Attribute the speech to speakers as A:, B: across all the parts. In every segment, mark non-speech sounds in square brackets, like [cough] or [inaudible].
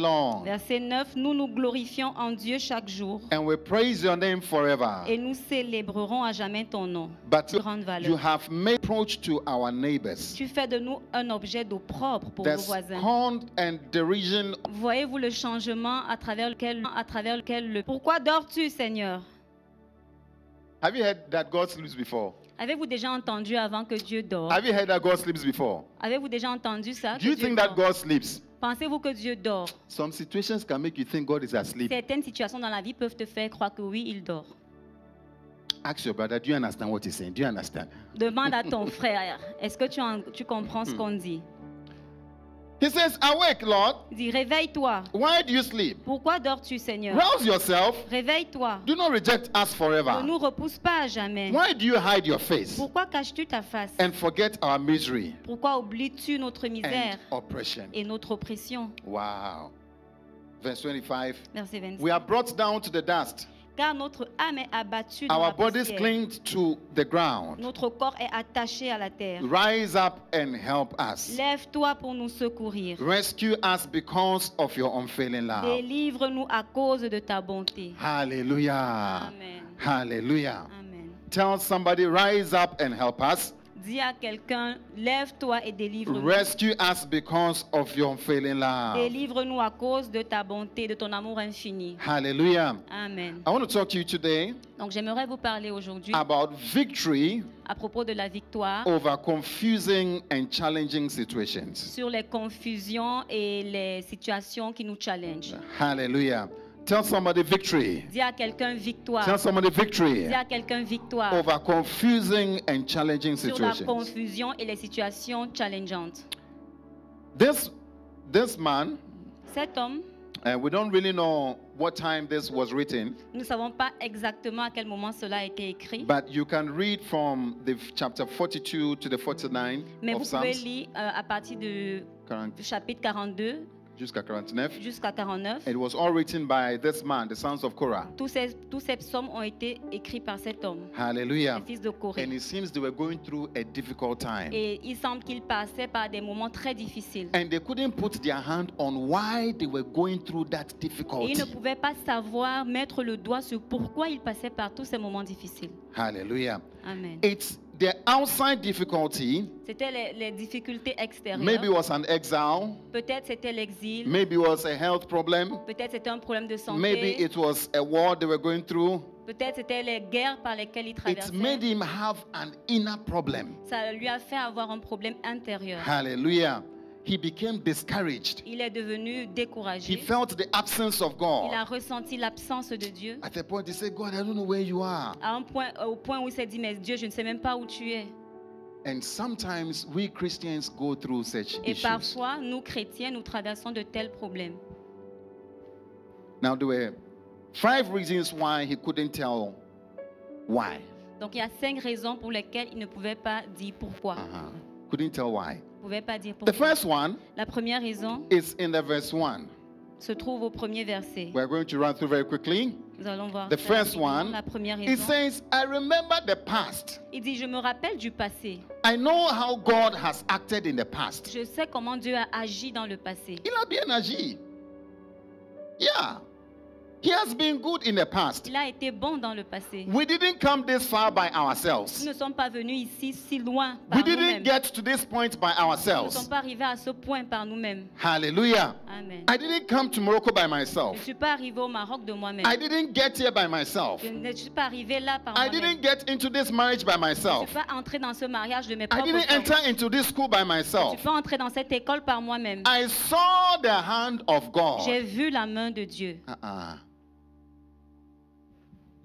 A: alone.
B: Verset 9, nous nous glorifions en Dieu chaque jour
A: And we praise your name forever.
B: et nous célébrerons à jamais ton nom.
A: But you,
B: Grande
A: you
B: valeur.
A: have made approach to our neighbors.
B: Tu fais de nous un objet d'opprobre pour
A: The
B: nos voisins.
A: scorn and derision
B: Voyez-vous le changement à travers lequel, à travers lequel le... Pourquoi dors-tu, Seigneur
A: Have you heard that God sleeps before?
B: Avez-vous déjà entendu avant que Dieu dort
A: Have you heard that God sleeps before?
B: Avez-vous déjà entendu ça que
A: Do you
B: Dieu
A: think that
B: dort?
A: God sleeps?
B: Pensez-vous que Dieu dort
A: Some situations can make you think God is asleep.
B: Certaines situations dans la vie peuvent te faire croire que oui, il dort.
A: Ask your brother, do you understand what he's saying? Do you understand?
B: Demande à
A: [laughs]
B: ton frère, est-ce que tu, en- tu comprends
A: Hmm.
B: ce qu'on dit
A: He says, Awake, Lord.
B: Dis, réveille-toi.
A: Why do you sleep?
B: Pourquoi dors-tu, Seigneur
A: Rouse yourself.
B: Réveille-toi.
A: Do not reject us
B: Ne
A: forever.
B: nous repousse pas à jamais.
A: Why do you hide your face
B: Pourquoi caches-tu ta face
A: and forget our misery
B: Pourquoi oublies-tu notre misère
A: and oppression?
B: et notre oppression
A: Wow. Verse 25.
B: Verset 26.
A: We are brought down to the dust.
B: Car notre âme est abattue dans
A: Our
B: la
A: bodies
B: poussière.
A: cling to the ground.
B: Notre corps est attaché à la terre.
A: Rise up and help us.
B: Lève-toi pour nous secourir.
A: Rescue us because of your unfailing love.
B: Délivre-nous à cause de ta bonté.
A: Hallelujah.
B: Amen.
A: Hallelujah.
B: Amen.
A: Tell somebody, rise up and help us.
B: Dis à quelqu'un, lève-toi et délivre-nous.
A: Rescue us because of your unfailing love.
B: Délivre-nous à cause de ta bonté, de ton amour infini.
A: Hallelujah.
B: Amen.
A: I want to talk to you today
B: Donc j'aimerais vous parler aujourd'hui
A: about victory
B: à propos de la victoire
A: over confusing and challenging situations.
B: sur les confusions et les situations qui nous challengent.
A: Hallelujah. Tell somebody victory.
B: Dis à quelqu'un
A: Tell
B: victoire.
A: somebody victory
B: Dis à quelqu'un victoire
A: over confusing and challenging
B: sur la
A: situations.
B: confusion et les situations challengeantes.
A: This this man
B: Cet homme,
A: Uh, we don't really know what time this was written,
B: nous ne savons pas exactement à quel moment cela a été écrit,
A: but you can read from the f- chapter 42 to the 49
B: mais vous
A: of
B: pouvez
A: Psalms.
B: lire euh, à partir du
A: Quarante-
B: chapitre 42
A: jusqu'à 49.
B: jusqu'à 49.
A: It was all written by this man, the sons of Korah.
B: Tous ces, tous ces psaumes ont été écrits par cet homme,
A: Hallelujah.
B: le fils de Corée.
A: And it seems they were going through a difficult time.
B: Et il semble qu'il passait par des moments très difficiles.
A: And they couldn't put their hand on why they were going through that
B: Et il
A: difficulty.
B: ne pouvait pas savoir mettre le doigt sur pourquoi il passait par tous ces moments difficiles.
A: Hallelujah.
B: Amen.
A: It's the outside difficulty.
B: C'était les, les difficultés
A: Maybe it
B: extérieures.
A: was an exile.
B: Peut-être c'était l'exil.
A: Maybe it was a health problem.
B: Peut-être c'était un problème de
A: Maybe
B: santé.
A: it was a war they were going through.
B: Peut-être c'était les guerres par lesquelles il
A: It made
B: traversait.
A: him have an inner problem.
B: Ça lui a fait avoir un problème intérieur.
A: Hallelujah. He became discouraged.
B: Il est devenu
A: He
B: découragé.
A: felt the absence of
B: Il a
A: God.
B: ressenti l'absence de Dieu.
A: At a point, he said, God, I don't know where you are.
B: à un point, au point où il s'est dit, mais Dieu, je ne sais même pas où tu es.
A: And sometimes we Christians go through such
B: Et
A: issues.
B: parfois, nous chrétiens, nous traversons de tels problèmes.
A: Now, there were five reasons why he couldn't tell why.
B: Donc, il y a cinq raisons pour lesquelles il ne pouvait pas dire pourquoi.
A: Uh-huh. Couldn't tell why.
B: Il ne pouvait pas dire
A: The
B: pourquoi.
A: first one
B: La première raison
A: is in the verse 1.
B: se trouve au premier verset.
A: We're going to run through very quickly.
B: Nous allons voir.
A: The
B: ça
A: first
B: rapidement.
A: one
B: la première
A: It
B: raison.
A: says, I remember the past.
B: Il dit, je me rappelle du passé.
A: I know how God has acted in the past.
B: Je sais comment Dieu a agi dans le passé.
A: Il a bien agi. Yeah. He has been good in the past.
B: Il a été bon dans le passé.
A: We didn't come this far by
B: Nous
A: ourselves.
B: ne sommes pas venus ici si loin
A: We
B: par
A: didn't
B: nous-mêmes.
A: get to this point by
B: Nous ne
A: ourselves.
B: sommes pas arrivés à ce point par nous-mêmes.
A: Hallelujah.
B: Amen.
A: I didn't come to Morocco by
B: Je ne
A: myself.
B: suis pas arrivé au Maroc de moi-même.
A: I didn't get here by myself.
B: Je ne suis pas arrivé là par
A: I
B: moi-même.
A: didn't get into this marriage by
B: Je ne
A: myself.
B: suis pas entré dans ce mariage de mes
A: I
B: propres
A: didn't
B: forces.
A: enter into this school by
B: Je ne
A: myself.
B: suis pas entré dans cette école par moi-même.
A: I saw the hand of
B: J'ai
A: God.
B: vu la main de Dieu.
A: Uh-uh.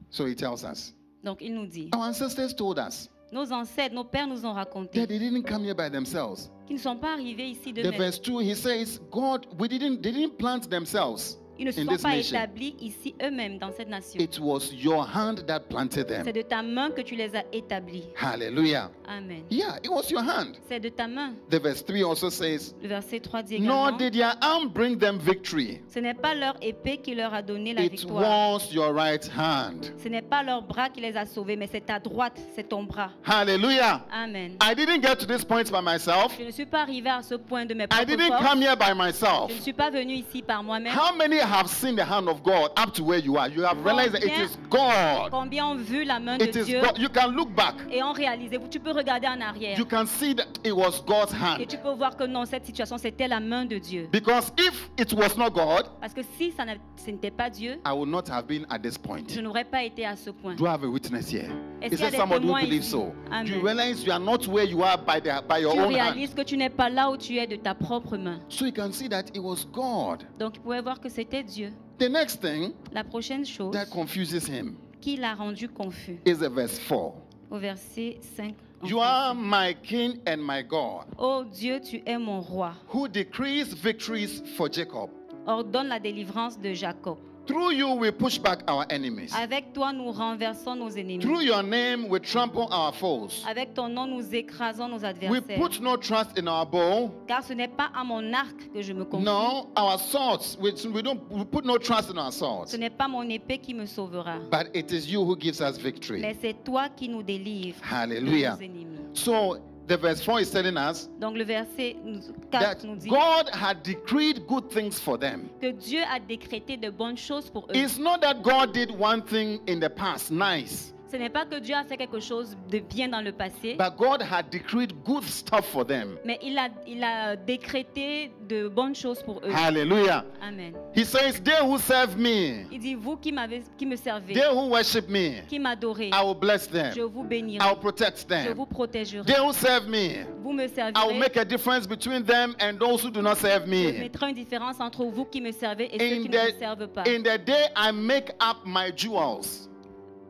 A: So he tells us.
B: Donc il nous dit,
A: Our ancestors told us
B: nos ancêtres, nos pères nous ont raconté
A: that they didn't come here by themselves.
B: qu'ils ne sont pas arrivés ici de
A: The
B: même.
A: verse 2, he says, God, we didn't, they didn't plant themselves.
B: Ils ne se
A: In
B: sont
A: this
B: pas
A: nation.
B: établis ici eux-mêmes dans cette nation.
A: It was your hand that planted them.
B: C'est de ta main que tu les as établis.
A: Hallelujah.
B: Amen.
A: Yeah, it was your hand.
B: C'est de ta main.
A: The verse 3 also says,
B: Le verset 3 dit
A: Nor
B: également,
A: did your arm bring them victory.
B: ce n'est pas leur épée qui leur a donné la
A: It
B: victoire.
A: was your right hand.
B: Ce n'est pas leur bras qui les a sauvés, mais c'est ta droite, c'est ton bras.
A: Hallelujah.
B: Amen.
A: I didn't get to this point by myself.
B: Je ne suis pas arrivé à ce point de mes
A: I
B: propres
A: didn't come
B: forces.
A: here by myself.
B: Je ne suis pas venu ici par moi-même.
A: How many have seen the hand of God up to where you are? You have realized that it
B: Combien-
A: is God.
B: Combien ont vu la main de
A: It is
B: Dieu
A: God. You can look back.
B: et ont réalisé. Tu peux regarder en arrière
A: You can see that it was God's
B: et tu
A: hand.
B: peux voir que non, cette situation, c'était la main de Dieu.
A: Because if it was not God,
B: Parce que si ça n'a- ce n'était pas Dieu,
A: I would not have been at this point.
B: je n'aurais pas été à ce point.
A: Do I have a witness here?
B: Est-ce
A: Is
B: qu'il y
A: there
B: a des
A: someone who
B: témoins
A: believes
B: ici?
A: so? Do you
B: Amen.
A: realize you are not where you are by, the, by your
B: Tu
A: own hand?
B: réalises que tu n'es pas là où tu es de ta propre main.
A: So you can see that it was God.
B: Donc, il pouvait voir que c'était Dieu.
A: The next thing
B: La prochaine chose
A: that confuses him
B: qui l'a rendu confus,
A: is the verse 4.
B: au verset 5. en
A: You
B: français.
A: are my king and my God,
B: Ô Dieu, tu es mon roi.
A: who decrees victories for Jacob.
B: Ordonne la délivrance de Jacob.
A: Through you we push back our enemies.
B: Avec toi, nous renversons nos
A: Through
B: ennemis.
A: your name we trample our foes.
B: Avec ton nom, nous écrasons nos
A: We
B: adversaires.
A: put no trust in our bow,
B: Car ce n'est pas à mon arc que je me confie.
A: no our swords. We, we don't we put no trust in our
B: Ce
A: swords.
B: n'est pas mon épée qui me sauvera.
A: But it is you who gives us
B: Mais
A: victory.
B: c'est toi qui nous délivres de
A: Hallelujah.
B: nos ennemis.
A: So the verse 4 is telling us
B: Donc le verset nous- 4 nous
A: that
B: dit
A: God had decreed good things for them.
B: que Dieu a décrété de bonnes choses pour eux.
A: It's not that God did one thing in the past, nice,
B: Ce n'est pas que Dieu a fait quelque chose de bien dans le passé,
A: but God had decreed good stuff for them.
B: mais il a, il a décrété de bonnes choses pour eux.
A: Hallelujah.
B: Amen.
A: He says, They who serve me,
B: Il dit, vous qui, m'avez- qui me servez,
A: they who worship me,
B: qui m'adorez,
A: I will bless
B: je
A: them,
B: vous
A: I
B: bénirai,
A: will protect
B: je vous
A: them. They
B: protégerai,
A: who serve me,
B: vous me
A: I will
B: servirez,
A: make a difference between them and those who do not serve
B: je
A: me.
B: mettrai une différence entre vous qui me servez et ceux
A: In
B: qui ne me servent
A: the,
B: pas.
A: in the day I make up my jewels,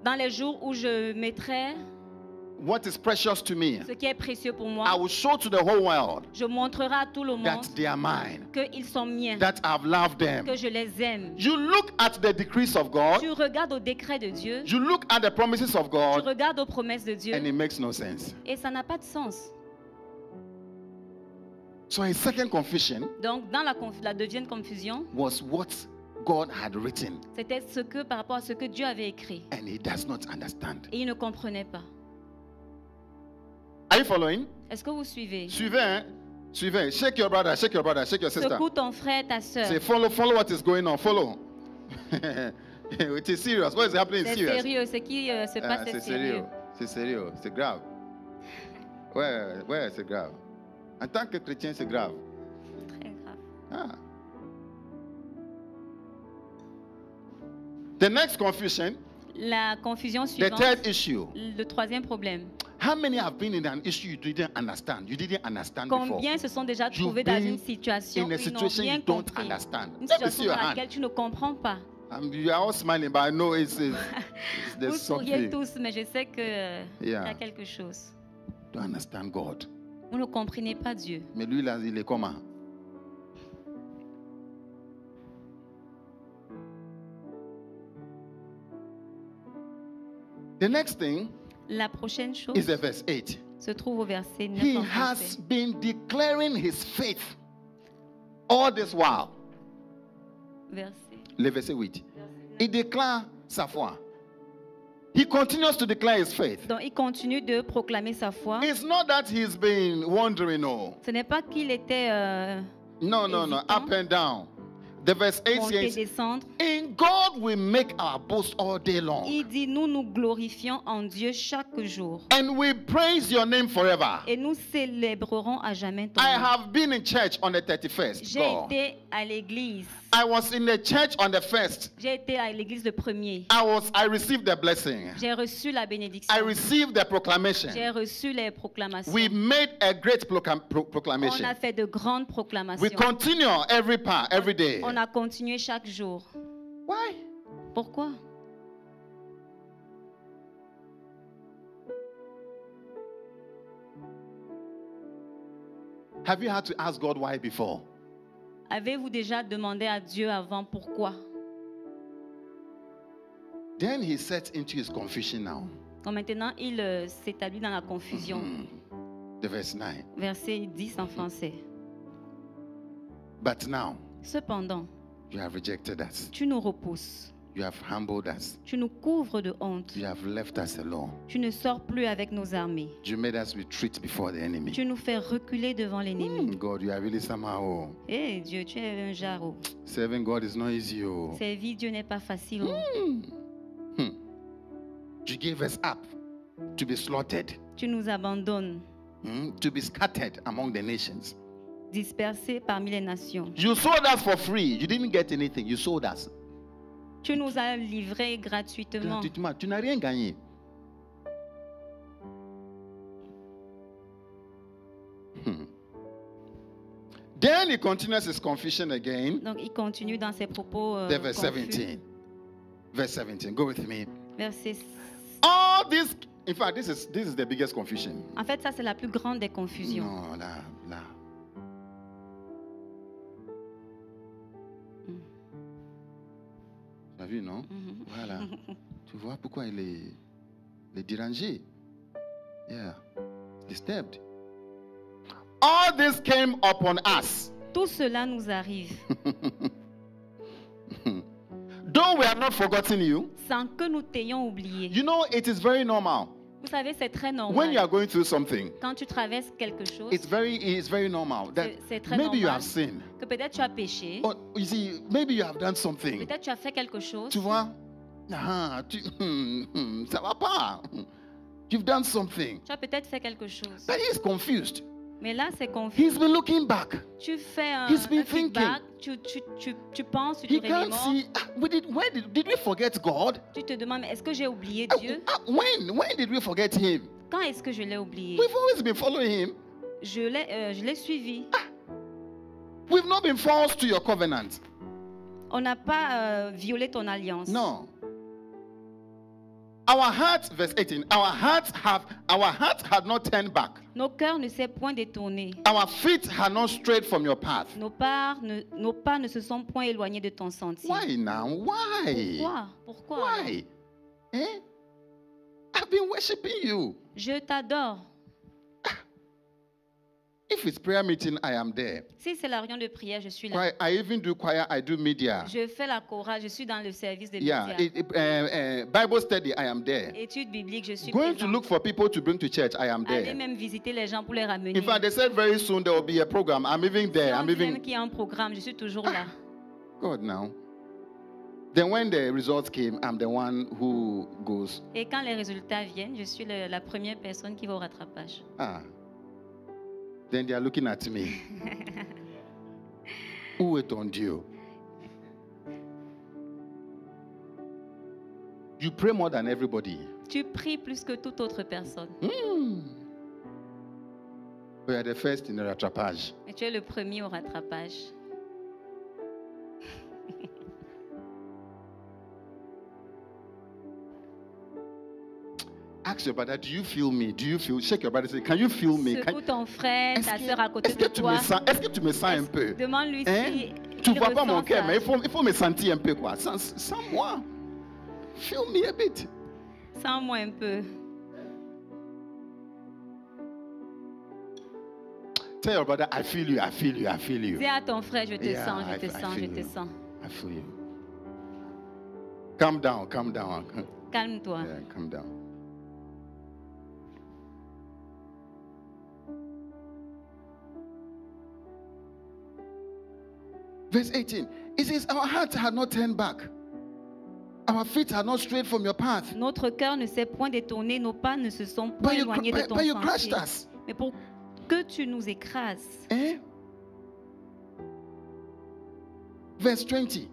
B: Dans les jours où je mettrai
A: what is precious to me,
B: ce qui est précieux pour
A: I
B: moi,
A: will show to the whole world
B: je montrerai à tout le monde
A: that they are mine,
B: qu'ils sont miens,
A: that I've loved them.
B: que je les aime.
A: You look at the decrees of God,
B: Tu regardes au décret de Dieu,
A: you look at the promises of
B: tu
A: God,
B: regardes aux promesses de Dieu,
A: and it makes no sense.
B: et ça n'a pas de sens.
A: So his second confession
B: Donc, dans la, conf- la deuxième confusion,
A: was what God had written,
B: c'était ce que par rapport à ce que Dieu avait écrit,
A: and he does not understand.
B: et il ne comprenait pas.
A: Are you following?
B: Est-ce que vous suivez
A: Suivez, hein? suivez. Shake your brother, shake your brother, shake your sister.
B: Secoue ton frère, ta soeur.
A: Say, follow, follow what is going on. Follow. [laughs] it is serious. What is happening is
B: C'est
A: serious.
B: sérieux, ce qui euh, se
A: Ah,
B: passe
A: c'est
B: est sérieux.
A: sérieux. C'est sérieux. C'est grave. Ouais, ouais, c'est grave. En tant que chrétien, c'est grave.
B: Très grave.
A: Ah. The next confusion,
B: La confusion
A: the
B: suivante,
A: third issue.
B: le troisième problème.
A: How many have been in an issue you didn't understand? You didn't understand before.
B: Combien se sont déjà
A: You've
B: trouvés dans
A: been
B: une situation
A: In
B: où
A: a
B: ils n'ont
A: situation
B: rien
A: you don't
B: compris
A: understand. Let
B: Une
A: me
B: situation
A: see your
B: dans
A: hand.
B: laquelle tu ne comprends pas.
A: Um, you are all smiling, but I know it's,
B: [laughs]
A: it's, it's
B: Vous
A: there's something.
B: souriez tous, mais je sais que euh, il y
A: Yeah.
B: a quelque chose.
A: To understand God.
B: Vous ne comprenez pas Dieu.
A: Mais lui, là, il est comment? The next thing
B: La prochaine chose
A: is the verse 8.
B: se trouve au verset 9
A: He
B: en
A: has
B: français.
A: been declaring his faith all this while.
B: Verset.
A: Le verset 8. Il déclare sa foi. He continues to declare his faith.
B: Donc il continue de proclamer sa foi.
A: It's not that he's been wandering, no.
B: Ce n'est pas qu'il était euh,
A: No, no, no. Up and down. The verse 8
B: monté
A: says,
B: descendre.
A: In God we make our boast all day long,
B: Il dit nous nous glorifions en Dieu chaque jour
A: and we praise your name forever.
B: et nous célébrerons à jamais ton
A: I
B: nom.
A: have been in church on the 31st.
B: J'ai
A: God.
B: été à l'église.
A: I was in the church on the 1st.
B: J'ai été à l'église le premier.
A: I was I received the blessing.
B: J'ai reçu la
A: I
B: bénédiction.
A: received the
B: J'ai
A: proclamation.
B: reçu les proclamations.
A: We made a great proclam- pro-
B: On
A: proclamation.
B: a fait de grandes
A: We
B: proclamations.
A: continue every part, every day.
B: On a continué chaque jour.
A: Why?
B: Pourquoi
A: Have you had to ask God why before?
B: Avez-vous déjà demandé à Dieu avant pourquoi
A: Then he sets into his confusion now.
B: Donc maintenant, il euh, s'établit dans la confusion.
A: Mhm. The verse 9.
B: Verset 10 en français.
A: But now
B: Cependant,
A: you have rejected us.
B: tu nous repousses,
A: You have humbled us.
B: tu nous couvres de honte,
A: You have left us alone.
B: tu ne sors plus avec nos armées,
A: You made us retreat before the enemy.
B: tu nous fais reculer devant l'ennemi.
A: Mm, God, you are really somehow. oh.
B: Eh Dieu, tu es un jarreau.
A: Serving God is not easy. oh.
B: Servir Dieu n'est pas facile. oh.
A: Mm. Hmm. You gave us up to be slaughtered,
B: Tu nous abandonnes,
A: mm, to be scattered among the nations.
B: dispersés parmi les nations.
A: You sold us for free. You didn't get anything. You sold us.
B: Tu nous as livrés gratuitement.
A: Gratuitement. Tu n'as rien gagné. Hmm. Then he continues his confession again.
B: Donc il continue dans ses propos. euh,
A: Then verse
B: confus.
A: 17. Verse 17. Go with me.
B: Verset s-
A: All this, in fact, this is this is the biggest confusion.
B: En fait, ça c'est la plus grande des confusions.
A: Non, là, là.
B: Hmm.
A: Tu as vu, non?
B: Mhm. [laughs]
A: Voilà. tu vois pourquoi il est, il est dérangé. Yeah. Disturbed. All this came upon us.
B: Tout cela nous arrive
A: Though we have not forgotten you,
B: sans que nous t'ayons oublié.
A: you know it is very normal.
B: Vous savez, c'est très
A: When you are
B: normal.
A: going through something,
B: Quand tu traverses quelque chose,
A: it's very it's very normal that
B: C'est- c'est très
A: maybe you
B: normal.
A: have Oh, sinned.
B: que peut-être tu as péché,
A: Or, you see, maybe you have done something.
B: peut-être tu as fait quelque chose,
A: Tu vois? Ah, tu, hmm, hmm, ça va pas. You've done something.
B: tu as peut-être fait quelque chose.
A: But he's confused.
B: Mais là, c'est confus.
A: He's been looking back.
B: Tu fais un,
A: He's been
B: un feedback, tu, tu, tu, tu penses, tu
A: He
B: te
A: can't
B: remémores,
A: see. Ah, We did, where did, did we forget God?
B: tu te demandes, mais est-ce que j'ai oublié
A: Ah,
B: Dieu
A: ah, When? When did we forget Him?
B: Quand est-ce que je l'ai oublié
A: We've always been following Him.
B: Je l'ai euh, je l'ai suivi.
A: Ah. We've not been false to your covenant.
B: On n'a pas euh, violé ton alliance.
A: No. Our hearts, verse 18, our hearts have our hearts had not turned back.
B: Nos cœurs ne s'est point détourné.
A: Our feet had not strayed from your path.
B: Nos, parts ne- nos pas ne se sont point éloignés de ton sentier.
A: Why now? Why?
B: Pourquoi Pourquoi
A: Why? Eh? I've been worshiping you.
B: Je t'adore.
A: If it's prayer meeting, I am there.
B: Si c'est la réunion de prière, je suis là.
A: Choir- I even do choir, I do media.
B: Je fais la chorale, je suis dans le service de
A: Yeah,
B: médias.
A: it, it- uh, uh, Bible study, I am there.
B: Études bibliques, je suis
A: Going to
B: présente.
A: look for people to bring to church, I am
B: Allez
A: there.
B: même visiter les gens pour les ramener.
A: In fact, they said very soon there will be a program. I'm even
B: Si
A: there.
B: on
A: I'm
B: dit même
A: even
B: qu'il y a un programme, je suis toujours là.
A: God now. Then when the results came, I'm the one who goes,
B: Et quand les résultats viennent, je suis le- la première personne qui va au rattrapage.
A: ah. Then they are looking at
B: [laughs]
A: me. Who wait on you? You pray more than everybody.
B: Tu pries plus que toute autre personne.
A: Hmm. We are the first in the rattrapage.
B: Et tu es le premier au rattrapage.
A: Ask your brother, do you feel me? Do you feel? Shake your brother. Say, can you feel me? Can-
B: Secoue ton frère,
A: Est-ce
B: ta
A: que-
B: soeur à côté
A: est-ce que
B: de
A: tu
B: toi.
A: me sens? Est-ce que tu me sens un
B: Est-ce-
A: peu?
B: Demande-lui
A: Hein?
B: si
A: Tu
B: il
A: vois pas mon
B: ressent
A: cœur,
B: ça.
A: mais il faut, il faut me sentir un peu quoi. Sans, sans moi. Feel me a bit.
B: Sens-moi un peu.
A: Tell your brother, I feel you. I feel you. I feel you.
B: Dis à ton frère, je te
A: Yeah,
B: sens, je
A: I-
B: te
A: I
B: sens, je
A: feel
B: te
A: you.
B: sens.
A: I feel you. Calm down. Calm down.
B: Calme-toi.
A: Yeah, calm down. Verse 18. It says, Our hearts had not turned back. Our feet are not strayed from your path.
B: Notre cœur ne s'est point détourné, nos pas ne se sont point
A: But you, cr-
B: éloignés de
A: but,
B: ton
A: but you
B: sentier.
A: crushed us.
B: Mais pour que tu nous écrases.
A: Eh? Verse 20.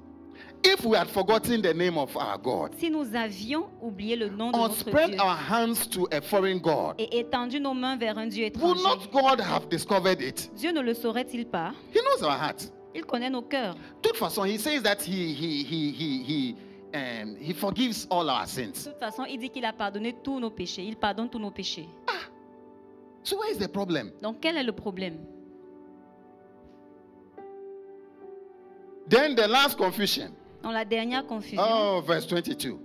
A: If we had forgotten the name of our God,
B: Si nous avions oublié le nom de
A: or
B: notre
A: spread
B: Dieu
A: our hands to a foreign God,
B: et étendu nos mains vers un Dieu
A: would
B: étranger,
A: not God have discovered it?
B: Dieu ne le saurait-il pas
A: He knows our hearts.
B: Il connaît nos cœurs.
A: De toute façon, he says that he he he he he um, he forgives all our
B: De
A: sins.
B: toute façon, il dit qu'il a pardonné tous nos péchés. Il pardonne tous nos péchés.
A: So where is the problem?
B: Donc, quel est le problème
A: Then the last confusion.
B: Dans la dernière confusion,
A: Oh, verse 22.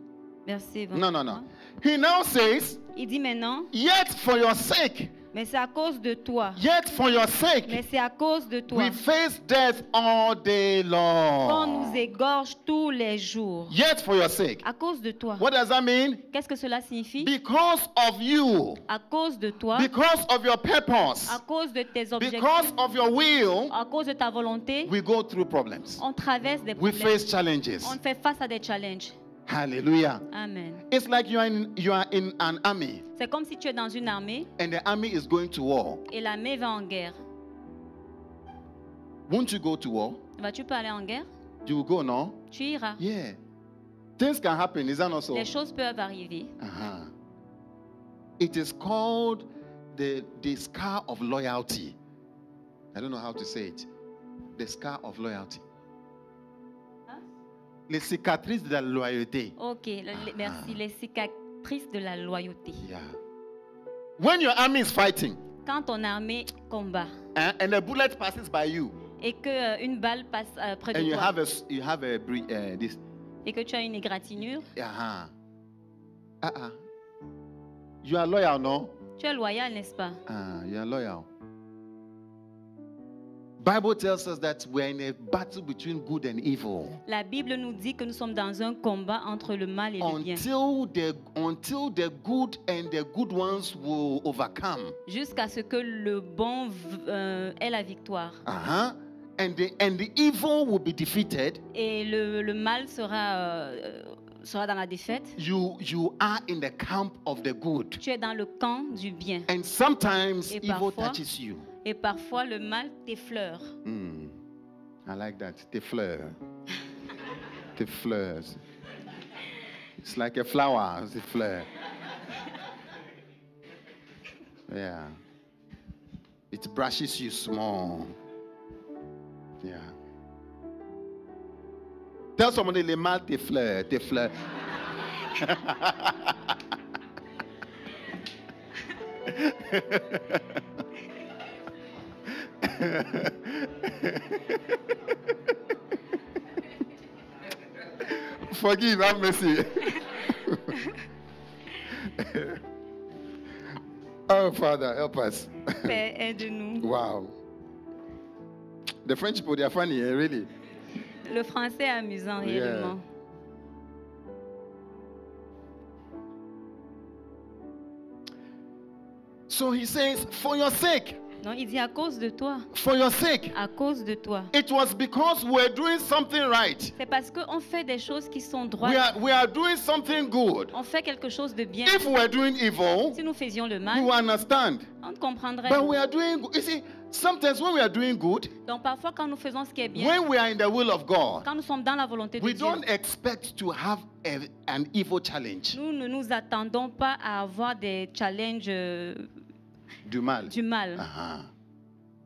B: verset 20.
A: No, no, no. He now says,
B: Il dit maintenant,
A: Yet for your sake,
B: mais c'est à cause de toi.
A: yet for your
B: Mais
A: sake,
B: c'est à cause de toi
A: we face death all day
B: qu'on nous
A: long.
B: égorge tous les jours.
A: Yet for your sake.
B: À cause de toi.
A: What does that mean?
B: Qu'est-ce que cela signifie
A: Because of you,
B: À cause de toi,
A: because of your purpose,
B: à cause de tes objectifs,
A: because of your will,
B: à cause de ta volonté,
A: we go through problems.
B: on traverse des
A: We
B: problèmes.
A: face challenges.
B: On fait face à des challenges.
A: Hallelujah.
B: Amen.
A: It's like you are in, you are in an army
B: C'est comme si tu es dans une armée
A: and the army is going to war.
B: et l'armée va en guerre.
A: Won't you go to war?
B: Vas-tu pas aller en guerre
A: You will go, no?
B: Tu iras.
A: Yeah. Things can happen, is that not so?
B: Les choses peuvent arriver.
A: Uh-huh. It is called the, the scar of loyalty. I don't know how to say it. The scar of loyalty.
B: Hein?
A: Les cicatrices de la loyauté.
B: Ok, le- le- merci. Les cicatrices de la loyauté.
A: Yeah. When your army is fighting
B: Quand ton armée combat
A: eh, and a bullet passes by you
B: et que euh, une balle passe euh, près
A: and
B: de
A: you
B: toi
A: have a s- you have a bre- eh, this
B: et que tu as une égratignure,
A: uh-huh. uh-uh. You are loyal, no?
B: tu es loyal, n'est-ce pas
A: Ah, you are loyal. Bible tells us that we're in a battle between good and evil.
B: La Bible nous dit que nous sommes dans un combat entre le mal et le bien.
A: Until the until the good and the good ones will overcome.
B: Jusqu'à ce que le bon v- euh, ait la victoire.
A: Uh-huh. And the and the evil will be defeated.
B: Et le, le mal sera, euh, euh, sera dans la défaite.
A: You you are in the camp of the good.
B: Tu es dans le camp du bien.
A: And sometimes
B: Et
A: evil
B: parfois-
A: touches you.
B: Et parfois, le mal
A: [laughs]
B: t'effleure.
A: Mm. I like that. The fleur. the fleurs. It's like a flower, the fleur. Yeah. It brushes you small. Yeah. Tell somebody les mal des fleurs, des fleurs. Forgive, have mercy. [laughs] oh, Father, help us.
B: Père, aide-nous.
A: wow. The French people, they are funny, eh, really.
B: Le français est amusant,
A: Yeah.
B: réellement.
A: So he says, For your sake,
B: Donc, il dit à cause de toi.
A: for your sake.
B: À cause de toi.
A: It was because we are doing something right.
B: C'est parce qu'on fait des choses qui sont
A: We
B: droites.
A: are, we are doing something good.
B: On fait quelque chose de bien.
A: If we are doing evil,
B: Si nous faisions le
A: you
B: mal,
A: will understand.
B: on ne comprendrait
A: But we
B: pas.
A: are doing, you see, sometimes when we are doing good,
B: Donc parfois, quand nous faisons ce qui est bien,
A: when we are in the will of God,
B: quand nous sommes dans la volonté de
A: we
B: Dieu,
A: don't expect to have a- an evil challenge.
B: nous ne nous attendons pas à avoir des challenges euh,
A: Du mal.
B: du mal.
A: Uh-huh.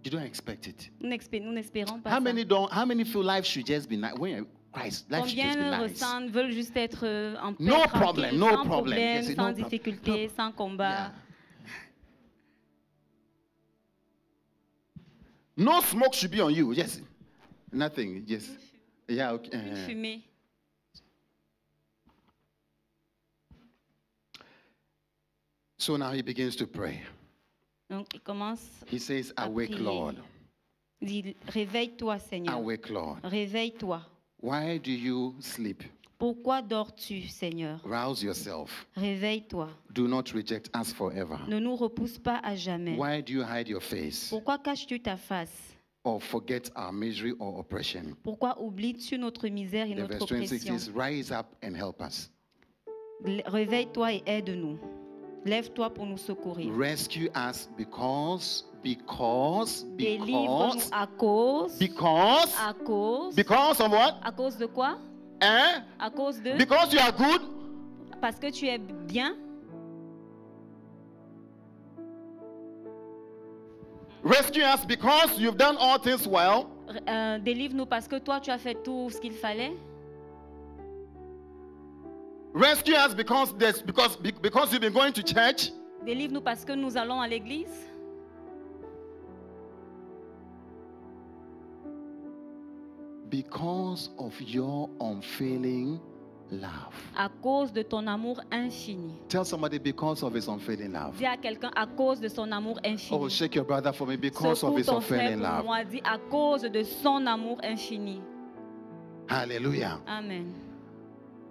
A: You don't expect it.
B: Nous n'expé- nous n'espérons pas
A: How
B: ça.
A: many don't? How many feel life should just be nice? When you're Christ, life should just be
B: Combien
A: nice.
B: ressentent, veulent juste être euh, en paix,
A: No
B: tranquille,
A: problem, no
B: sans
A: problem.
B: problème,
A: Yes, no
B: sans
A: problem.
B: difficulté, sans combat.
A: Yeah. No smoke should be on you. Yes. Nothing. Yes. Yeah. Okay.
B: Une
A: Uh-huh.
B: fumée.
A: So now he begins to pray.
B: Donc il commence,
A: He says,
B: À
A: "Awake,
B: prier.
A: Lord.
B: il dit, réveille-toi Seigneur,
A: Awake, Lord.
B: réveille-toi.
A: Why do you sleep?
B: Pourquoi dors-tu Seigneur
A: Rouse yourself.
B: Réveille-toi,
A: Do not reject us forever.
B: ne nous repousse pas à jamais.
A: Why do you hide your face
B: Pourquoi caches-tu ta face
A: or forget our misery or oppression?"
B: Pourquoi oublies-tu notre misère et
A: The
B: notre
A: verse 26
B: oppression
A: says, "Rise up and help us.
B: L- Réveille-toi et aide-nous. Lève-toi pour nous secourir.
A: Rescue us because, because,
B: Délivre-nous
A: because,
B: à cause,
A: because,
B: à cause,
A: because of what?
B: à cause de quoi
A: Eh?
B: À cause de
A: Because you are good.
B: parce que tu es bien.
A: Rescue us because you've done all things well.
B: R- euh, Délivre-nous parce que toi tu as fait tout ce qu'il fallait.
A: Rescue us because there's because be- because you've been going to church.
B: Délivre-nous parce que nous allons à l'église.
A: because of your unfailing love.
B: à cause de ton amour infini.
A: Tell somebody because of his unfailing love.
B: Dis à quelqu'un à cause de son amour
A: Oh,
B: infini.
A: shake your brother for me because of
B: Secoue
A: his
B: ton frère
A: unfailing
B: pour
A: love.
B: moi, dis à cause de son amour infini.
A: Hallelujah.
B: Amen.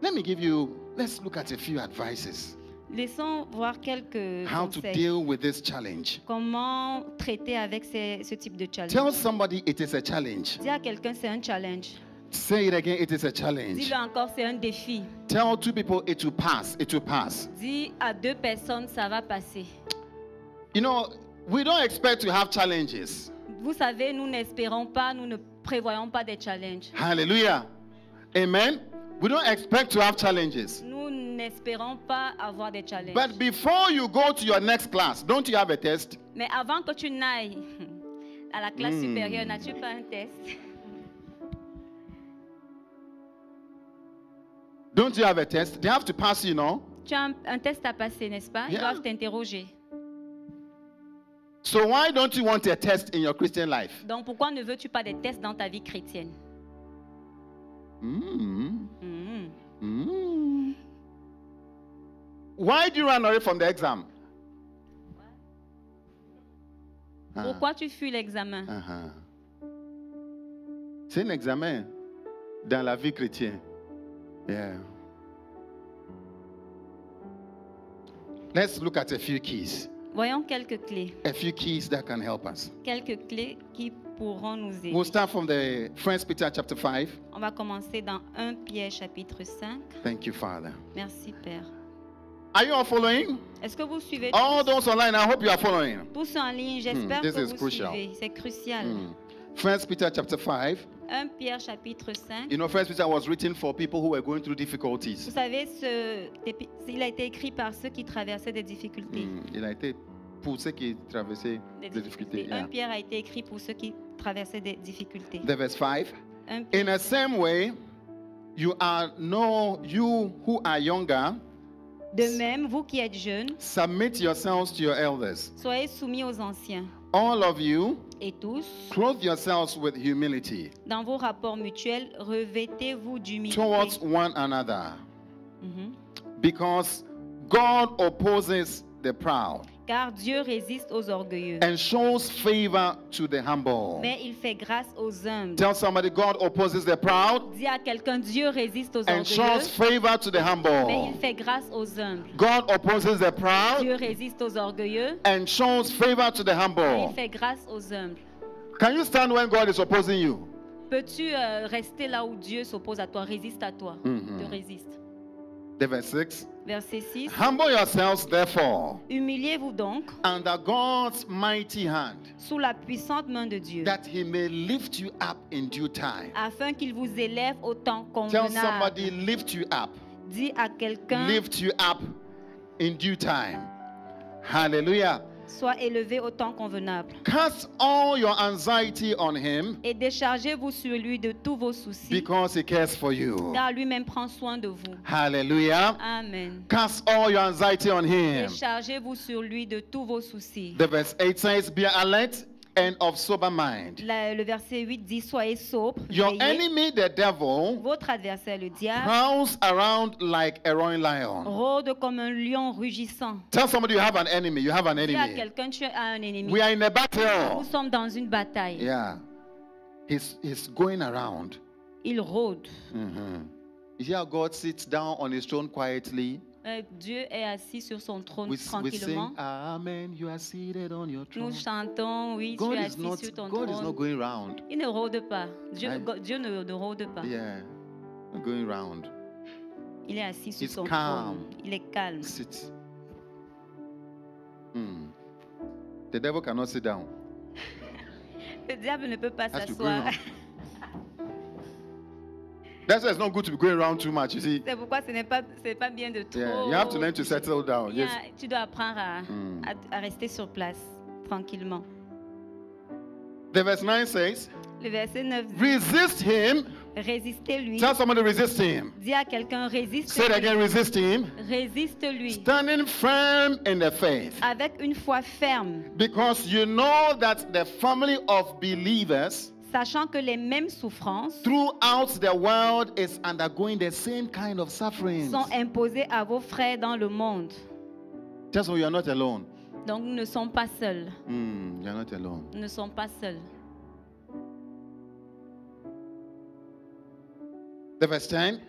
A: Let me give you, let's look at a few advices.
B: Laissons voir quelques
A: How to
B: conseils.
A: deal with this challenge.
B: Comment traiter avec ces- ce type de
A: Tell
B: challenge
A: somebody it is a challenge.
B: Dis à quelqu'un c'est un challenge.
A: Say it again, it is a challenge.
B: Dis-le encore c'est un défi.
A: Tell two people it will pass, it will pass.
B: Dis à deux personnes ça va passer.
A: You know, we don't expect to have challenges.
B: Vous savez, nous n'espérons pas, nous ne prévoyons pas des challenges.
A: Hallelujah. Amen. We don't expect to have challenges.
B: Nous n'espérons pas avoir des challenges.
A: But before you go to your next class, don't you have a test?
B: Mais avant que tu n'ailles à la classe
A: Mm.
B: supérieure, n'as-tu pas un test
A: Don't you have a test? They have to pass you, know?
B: Tu as un, un test à passer, n'est-ce pas Ils
A: Yeah.
B: doivent t'interroger.
A: So why don't you want a test in your Christian life?
B: Donc pourquoi ne veux-tu pas des tests dans ta vie chrétienne
A: Mm.
B: Hmm.
A: Mm. Why do you run away from the exam? Ah,
B: Pourquoi tu fuis l'examen
A: aha. C'est un examen dans la vie chrétienne. Yeah. Let's look at a few keys.
B: Voyons quelques clés.
A: A few keys that can help us.
B: Quelques clés qui pourront nous aider.
A: We'll start from the First Peter chapter 5.
B: On va commencer dans 1 Pierre chapitre 5.
A: Thank you, Father.
B: Merci Père.
A: Are you all following?
B: Est-ce que vous suivez
A: All
B: tous,
A: those online, I hope you are following.
B: tous en ligne J'espère
A: Hmm, this
B: que
A: is
B: vous
A: crucial.
B: suivez. C'est crucial.
A: Hmm. First Peter chapter 5.
B: 1 Pierre chapitre 5.
A: You know, First Peter was written for people who were going through
B: Vous
A: difficulties.
B: savez, ce, il a été écrit par ceux qui traversaient des difficultés.
A: Mm, Il a été pour ceux qui traversaient
B: Des
A: des difficultés.
B: Un
A: yeah.
B: Pierre a été écrit pour ceux qui traversaient des difficultés.
A: The verse 5.
B: Un
A: In
B: Pierre-
A: the same way, you are no you who are younger,
B: de même, vous qui êtes jeunes,
A: submit yourselves to your elders.
B: soyez soumis aux anciens
A: All of you,
B: et tous,
A: clothe yourselves with humility
B: dans vos rapports mutuels, revêtez-vous d'humilité.
A: towards one another,
B: Mhm.
A: because God opposes the proud
B: Car Dieu résiste aux orgueilleux,
A: and shows favor to the humble.
B: mais il fait grâce aux humbles.
A: Tell somebody God opposes the proud
B: Dis à quelqu'un, Dieu résiste aux
A: and shows
B: orgueilleux,
A: favor to the
B: mais il
A: humble.
B: fait grâce aux humbles.
A: God opposes the proud
B: Dieu résiste aux orgueilleux,
A: and shows favor to the
B: mais il
A: humble.
B: fait grâce aux humbles.
A: Can you stand when God is opposing you?
B: Peux-tu euh, rester là où Dieu s'oppose à toi, résiste à toi,
A: Mhm.
B: te résiste.
A: The verse 6
B: Verset 6.
A: Humble yourselves, therefore,
B: Humiliez-vous donc
A: under God's mighty hand,
B: sous la puissante main de Dieu,
A: that he may lift you up in due time.
B: afin qu'il vous élève au temps
A: Tell
B: convenable.
A: somebody, lift you up.
B: Dis à quelqu'un,
A: Lift you up in due time. Hallelujah.
B: sois élevé au temps convenable.
A: Cast all your anxiety on him
B: Et déchargez-vous sur lui de tous vos soucis,
A: because he cares for you.
B: car lui-même prend soin de vous.
A: Hallelujah.
B: Amen.
A: Cast all your anxiety on him.
B: Déchargez-vous sur lui de tous vos soucis.
A: The verse 8 says, Be alert and of sober mind.
B: La- le verset 8 dit, soyez sobre,
A: Your
B: veillez.
A: enemy, the devil,
B: Votre adversaire, le diable,
A: prowls around like a roaring lion.
B: rôde comme un lion rugissant.
A: Tell somebody you have an enemy. You have an
B: Dis à
A: enemy.
B: quelqu'un, tu as un ennemi.
A: We are in a
B: Nous
A: battle.
B: sommes dans une bataille.
A: Yeah. He's, he's going around.
B: Il rôde.
A: Mhm. You see how God sits down on his throne quietly?
B: Euh, Dieu est assis sur son trône
A: We, we
B: tranquillement.
A: sing, Amen. You are seated on your throne.
B: Nous chantons, oui,
A: God
B: tu es
A: is
B: assis
A: not,
B: sur ton
A: God is
B: trône.
A: not going round.
B: Il ne rôde pas. Dieu,
A: Amen.
B: Go- Dieu ne, ne rôde pas.
A: Yeah. Not going round.
B: Il est assis sur
A: He's
B: son
A: calm.
B: trône. Il est calme.
A: sit. Hmm. The devil cannot sit down.
B: Le diable ne peut pas
A: Has to go around.
B: s'asseoir.
A: That's why it's not good to be going around too much, you see.
B: [laughs] C'est pourquoi ce n'est pas, c'est pas bien de trop.
A: Yeah, you have to learn to settle down.
B: Bien,
A: Yes.
B: Tu dois apprendre à,
A: Mm.
B: à- à rester sur place tranquillement.
A: The verse 9 says,
B: Le verset 9 dit
A: resist him.
B: Résistez-lui.
A: Tell somebody resist him.
B: Dis à quelqu'un
A: Say it
B: Résiste-lui.
A: again, resist him.
B: Résiste-lui.
A: Standing firm in the faith.
B: Avec une foi ferme.
A: Because you know that the family of believers
B: sachant que les mêmes souffrances
A: throughout the world is undergoing the same kind of sufferings.
B: sont imposées à vos frères dans le monde.
A: Just so you are not alone.
B: Donc nous ne sommes pas seuls.
A: Mm, you are not alone.
B: Nous ne sommes pas seuls.
A: The verse 10.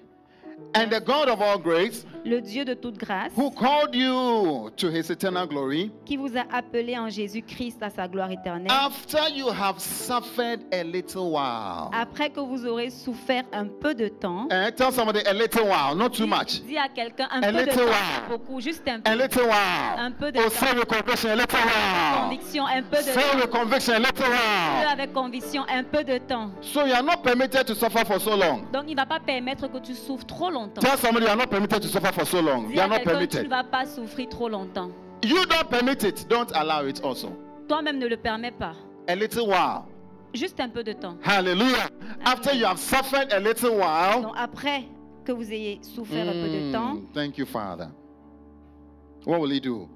A: And the God of all grace,
B: Le Dieu de toute grâce,
A: who called you to his eternal glory,
B: qui vous a appelés en Jésus-Christ à sa gloire éternelle,
A: after you have suffered a little while.
B: après que vous aurez souffert un peu de temps,
A: Eh, tell somebody a little while, not too much.
B: dis à quelqu'un un
A: A
B: peu de
A: little
B: temps,
A: while.
B: pas beaucoup, juste un peu.
A: A little while.
B: Un peu de
A: oh,
B: temps.
A: say with conviction, a little while.
B: Conviction, un peu de
A: Say
B: temps.
A: with conviction, a little
B: Fais-le
A: while.
B: avec conviction, un peu de temps.
A: So you are not permitted to suffer for so long.
B: Donc il ne va pas permettre que tu souffres trop longtemps.
A: Tell somebody you are not permitted to suffer for so long.
B: Dis
A: You
B: à
A: are not
B: quelqu'un, tu ne
A: permitted.
B: vas pas souffrir trop longtemps.
A: You don't permit it. Don't allow it also.
B: Toi-même ne le permets pas.
A: A little while.
B: Juste un peu de temps.
A: Hallelujah. After you have suffered a little while.
B: Donc après que vous ayez souffert un peu de
A: Mm,
B: temps,
A: thank you, Father. What will he do?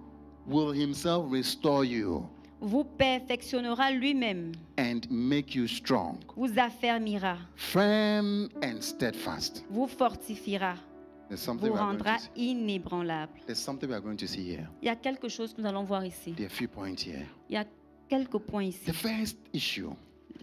A: Will himself restore you
B: vous perfectionnera lui-même,
A: and make you strong,
B: vous affermira,
A: firm and steadfast.
B: vous fortifiera,
A: There's something
B: vous
A: we are going
B: rendra
A: to see.
B: inébranlable.
A: There's something we are going to see here.
B: Il y a quelque chose que nous allons voir ici.
A: There are a few points here.
B: Il y a quelques points ici.
A: The first issue